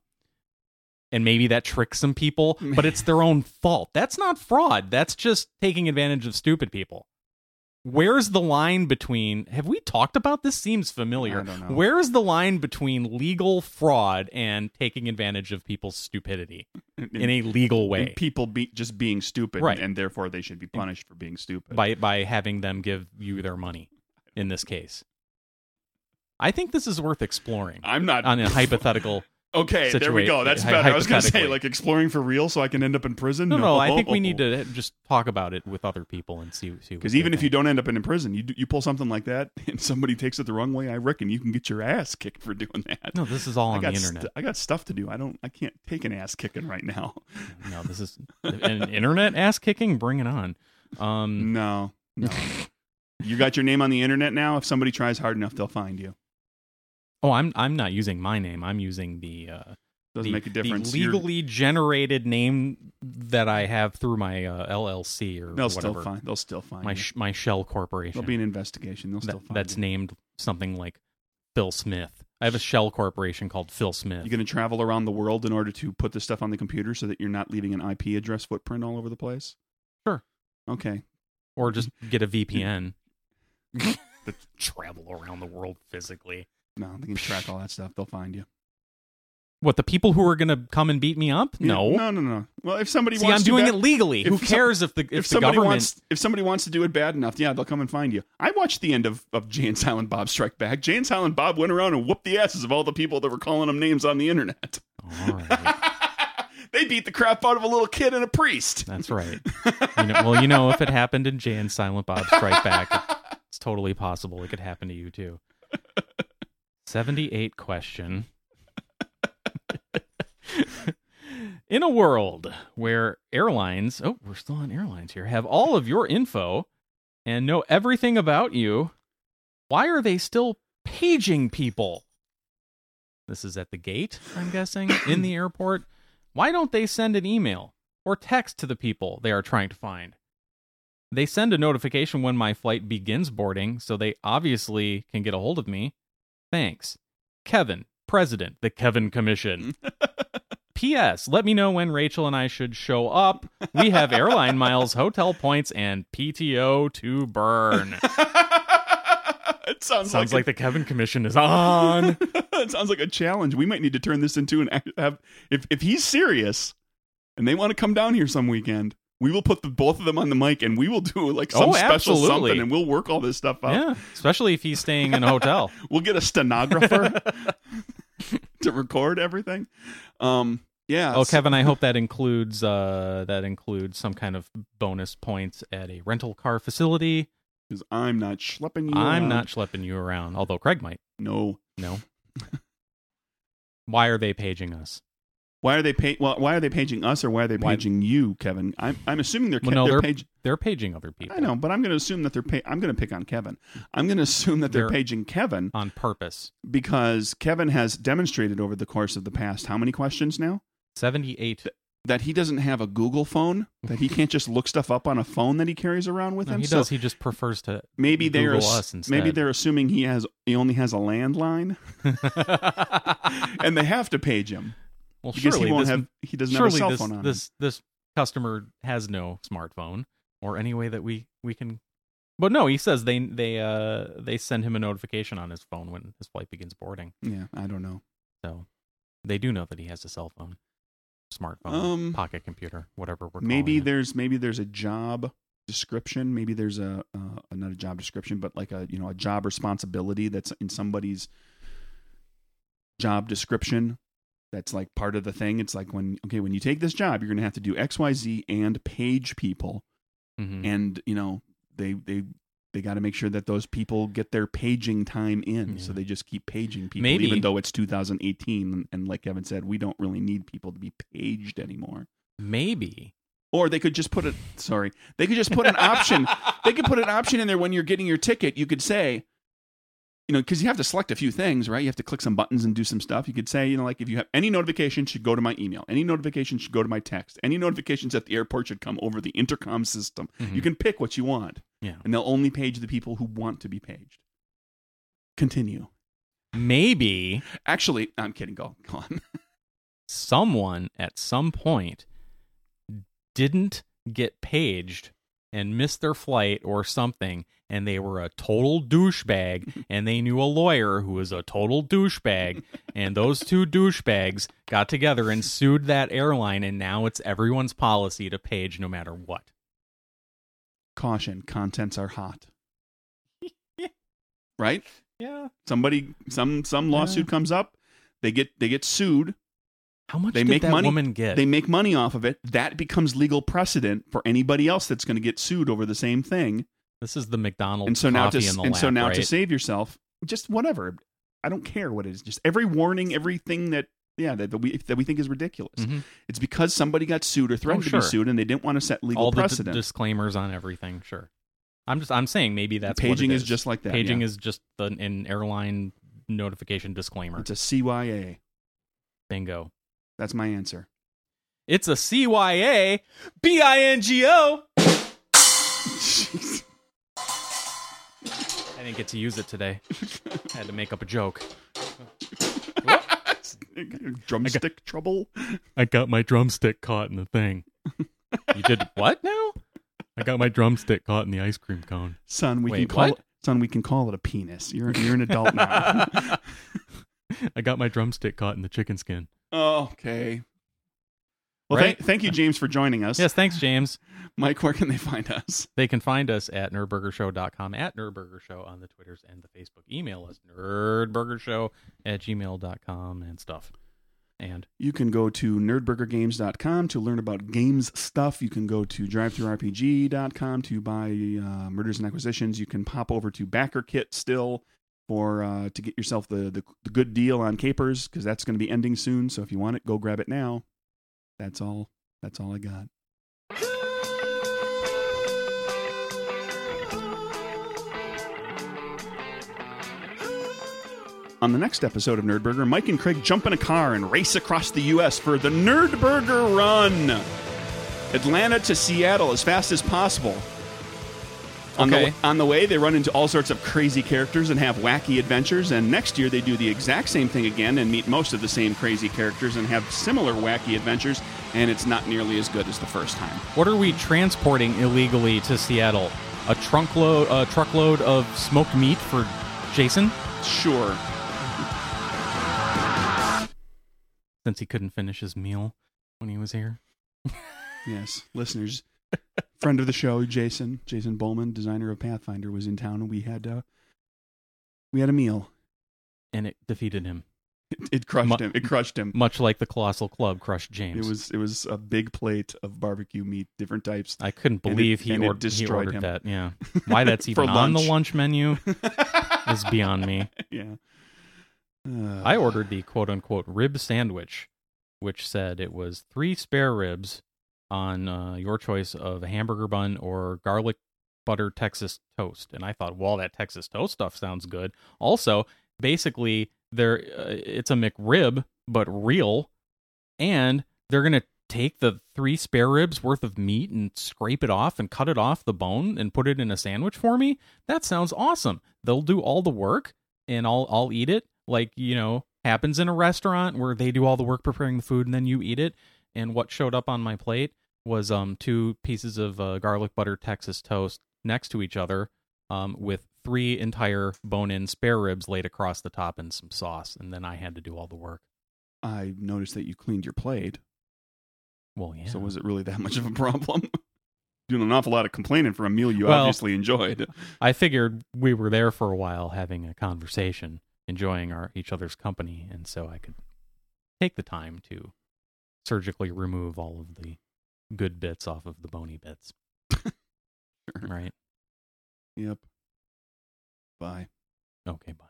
And maybe that tricks some people, but it's their own fault. That's not fraud. That's just taking advantage of stupid people. Where's the line between have we talked about this seems familiar.
I don't know.
Where is the line between legal fraud and taking advantage of people's stupidity? in a legal way
And people be, just being stupid,
Right.
And therefore, they should be punished for being stupid.
by by having them give you their money in this case. I think this is worth exploring
I'm not
on a hypothetical.
Okay, there we
situa-
go. That's
hy-
better. I was going to say
hypothetically.
like exploring for real, so I can end up in prison.
No, no, I think we need to just talk about it with other people and see see what
Because
they
even if you
think.
don't end up in prison, you do, you pull something like that, and somebody takes it the wrong way. I reckon you can get your ass kicked for doing that.
no, this is all
I
on the
got
internet.
st- I got stuff to do. I don't. I can't take an ass kicking right now.
no, this is an internet ass kicking. Bring it on. Um,
No, no. you got your name on the internet now. If somebody tries hard enough, they'll find you.
oh, I'm I'm not using my name. I'm using the uh, the-
Doesn't make a difference.
The
You're-
legally generated name that I have through my uh, LLC or
they'll
whatever.
still find. They'll still find.
my
you.
sh- my shell corporation.
There'll be an investigation. They'll
that-
still find.
that's
you.
named something like Phil Smith. I have a shell corporation called Phil Smith.
You're going to travel around the world in order to put this stuff on the computer so that you're not leaving an IP address footprint all over the place.
Sure.
Okay.
or just get a VPN.
But
Travel around the world physically.
no, they can track all that stuff. They'll find you.
What the people who are going to come and beat me up? No.
Yeah, No. No. No. Well, if somebody
See,
wants
I'm doing
to
it
bad-
legally.
if
who
some-
cares if the if,
If,
the
somebody
government?
wants, if somebody wants to do it bad enough, yeah, they'll come and find you. I watched the end of, of Jay and Silent Bob Strike Back. Jay and Silent Bob went around and whooped the asses of all the people that were calling them names on the internet.
All right.
they beat the crap out of a little kid and a priest.
That's right. You know, well, you know, if it happened in Jan Silent Bob Strike Back, it's totally possible it could happen to you too. 78 question. in a world where airlines, oh, we're still on airlines here, have all of your info and know everything about you, why are they still paging people? This is at the gate, I'm guessing, in the airport. Why don't they send an email? or text to the people they are trying to find. They send a notification when my flight begins boarding, so they obviously can get a hold of me. Thanks. Kevin, President, the Kevin Commission. P.S. Let me know when Rachel and I should show up. We have airline miles, hotel points, and PTO to burn.
it sounds,
Sounds
like,
like the Kevin Commission is on.
it sounds like a challenge. We might need to turn this into an act- have if if he's serious and they want to come down here some weekend, we will put the both of them on the mic and we will do like some
Oh,
special
absolutely.
something and we'll work all this stuff out.
Yeah, especially if he's staying in a hotel.
We'll get a stenographer to record everything. Um yeah.
Oh,
s-
Kevin, I hope that includes uh, that includes some kind of bonus points at a rental car facility.
'cause I'm not schlepping you.
I'm
around.
not schlepping you around, although Craig might.
No.
No. Why are they paging us?
Why are they pay- well, Why are they paging us, or why are they
Why-
paging you, Kevin? I'm I'm assuming they're,
Well, no,
they're
they're
page-
they're paging other people.
I know, but I'm going to assume that they're. Pa- I'm going to pick on Kevin. I'm going to assume that they're,
They're-
paging Kevin
on purpose.
because Kevin has demonstrated over the course of the past how many questions now
Seventy-eight.
that he doesn't have a Google phone that he can't just look stuff up on a phone that he carries around with
No,
him.
he
so
does. He just prefers to
maybe they're
Google
ass-
us instead.
maybe they're assuming he has he only has a landline and they have to page him
well,
because
surely
he won't
this,
have he doesn't have a
surely
cell
this
phone on. him.
this this customer has no smartphone or any way that we we can. But no, he says they they uh they send him a notification on his phone when his flight begins boarding.
Yeah, I don't know.
So they do know that he has a cell phone, smartphone,
Um,
pocket computer, whatever we're
maybe
calling it.
there's maybe there's a job description maybe there's a uh, not a job description but like a you know a job responsibility that's in somebody's job description that's like part of the thing it's like when okay when you take this job you're going to have to do xyz and page people
Mhm.
and you know they they they got to make sure that those people get their paging time in so
Yeah.
they just keep paging people
Maybe-
even though it's 2018 and, and like Kevin said we don't really need people to be paged anymore
maybe
or they could just put it sorry they could just put an option they could put an option in there when you're getting your ticket you could say you know because you have to select a few things right you have to click some buttons and do some stuff you could say you know like if you have any notification should go to my email any notification should go to my text any notifications at the airport should come over the intercom system
Mhm.
you can pick what you want
Yeah.
and they'll only page the people who want to be paged continue
maybe
actually i'm kidding go, go on
someone at some point didn't get paged and missed their flight or something and they were a total douchebag and they knew a lawyer who was a total douchebag and those two douchebags got together and sued that airline and now it's everyone's policy to page no matter what
caution contents are hot right
yeah
somebody some some lawsuit comes up they get they get sued
how much
they
did
make
that
money
woman get
they make money off of it that becomes legal precedent for anybody else that's going to get sued over the same thing
this is the mcdonald's
and so now to
coffee in the
and so
lap,
now to
right?
save yourself just whatever i don't care what it is just every warning everything that yeah that, that we that we think is ridiculous
Mhm.
it's because somebody got sued or threatened
Oh, sure.
to be sued and they didn't want to set legal
all the d-
precedent
disclaimers on everything. Sure, I'm just I'm saying maybe that's what
paging
it
is
is.
just like that,
Paging
yeah.
is just the, an airline notification disclaimer.
it's a cya
Bingo.
that's my answer
It's a CYA bingo. I didn't get to use it today. I had to make up a joke.
drumstick trouble
I got my drumstick caught in the thing. you did what now? I got my drumstick caught in the ice cream cone.
son we
Wait,
can call
what?
it son we can call it a penis you're you're an adult now
I got my drumstick caught in the chicken skin.
Okay. Well,
Right?
thank, thank you, James, for joining us.
Yes, thanks, James.
Mike, where can they find us?
They can find us at nerdburgershow.com, at nerdburgershow on the Twitters and the Facebook. Email us nerdburgershow at gmail.com and stuff. And
You can go to nerdburgergames.com to learn about games stuff. You can go to drivethroughrpg.com to buy uh, Murders and Acquisitions. You can pop over to Backer Kit still for uh, to get yourself the, the, the good deal on Capers because that's going to be ending soon. So if you want it, go grab it now. That's all. That's all I got. On the next episode of Nerdburger, Mike and Craig jump in a car and race across the U.S. for the Nerdburger Run. Atlanta to Seattle as fast as possible. On,
Okay.
the, on the way, they run into all sorts of crazy characters and have wacky adventures. And next year, they do the exact same thing again and meet most of the same crazy characters and have similar wacky adventures. And it's not nearly as good as the first time.
what are we transporting illegally to Seattle? A trunkload, a truckload of smoked meat for Jason,
Sure.
since he couldn't finish his meal when he was here.
Yes, listeners, friend of the show, Jason, Jason Bowman, designer of Pathfinder, was in town, and we had uh, we had a meal.
And it defeated him,
It, it crushed
Mu-
him. It crushed him.
much like the Colossal Club crushed James.
It was it was a big plate of barbecue meat, different types.
I couldn't
And it-
believe
and
he,
it
ord- he
destroyed
ordered
him.
that. Yeah. Why that's
For
even on the
lunch.
lunch menu is beyond me.
yeah, Uh,
I ordered the quote unquote rib sandwich, which said it was three spare ribs on uh, your choice of a hamburger bun or garlic butter Texas toast. And I thought, well, that Texas toast stuff sounds good. Also, basically, they're, uh, it's a McRib, but real. And they're going to take the three spare ribs worth of meat and scrape it off and cut it off the bone and put it in a sandwich for me. That sounds awesome. They'll do all the work and I'll I'll eat it like you know happens in a restaurant where they do all the work preparing the food and then you eat it and what showed up on my plate was um two pieces of uh, garlic butter texas toast next to each other um with three entire bone-in spare ribs laid across the top and some sauce and then I had to do all the work.
I noticed that you cleaned your plate.
Well, yeah.
So was it really that much of a problem? Doing an awful lot of complaining for a meal you
Well-
obviously enjoyed.
I figured we were there for a while having a conversation, enjoying our each other's company, and so I could take the time to surgically remove all of the good bits off of the bony bits.
Sure.
Right?
Yep. Bye.
Okay, bye.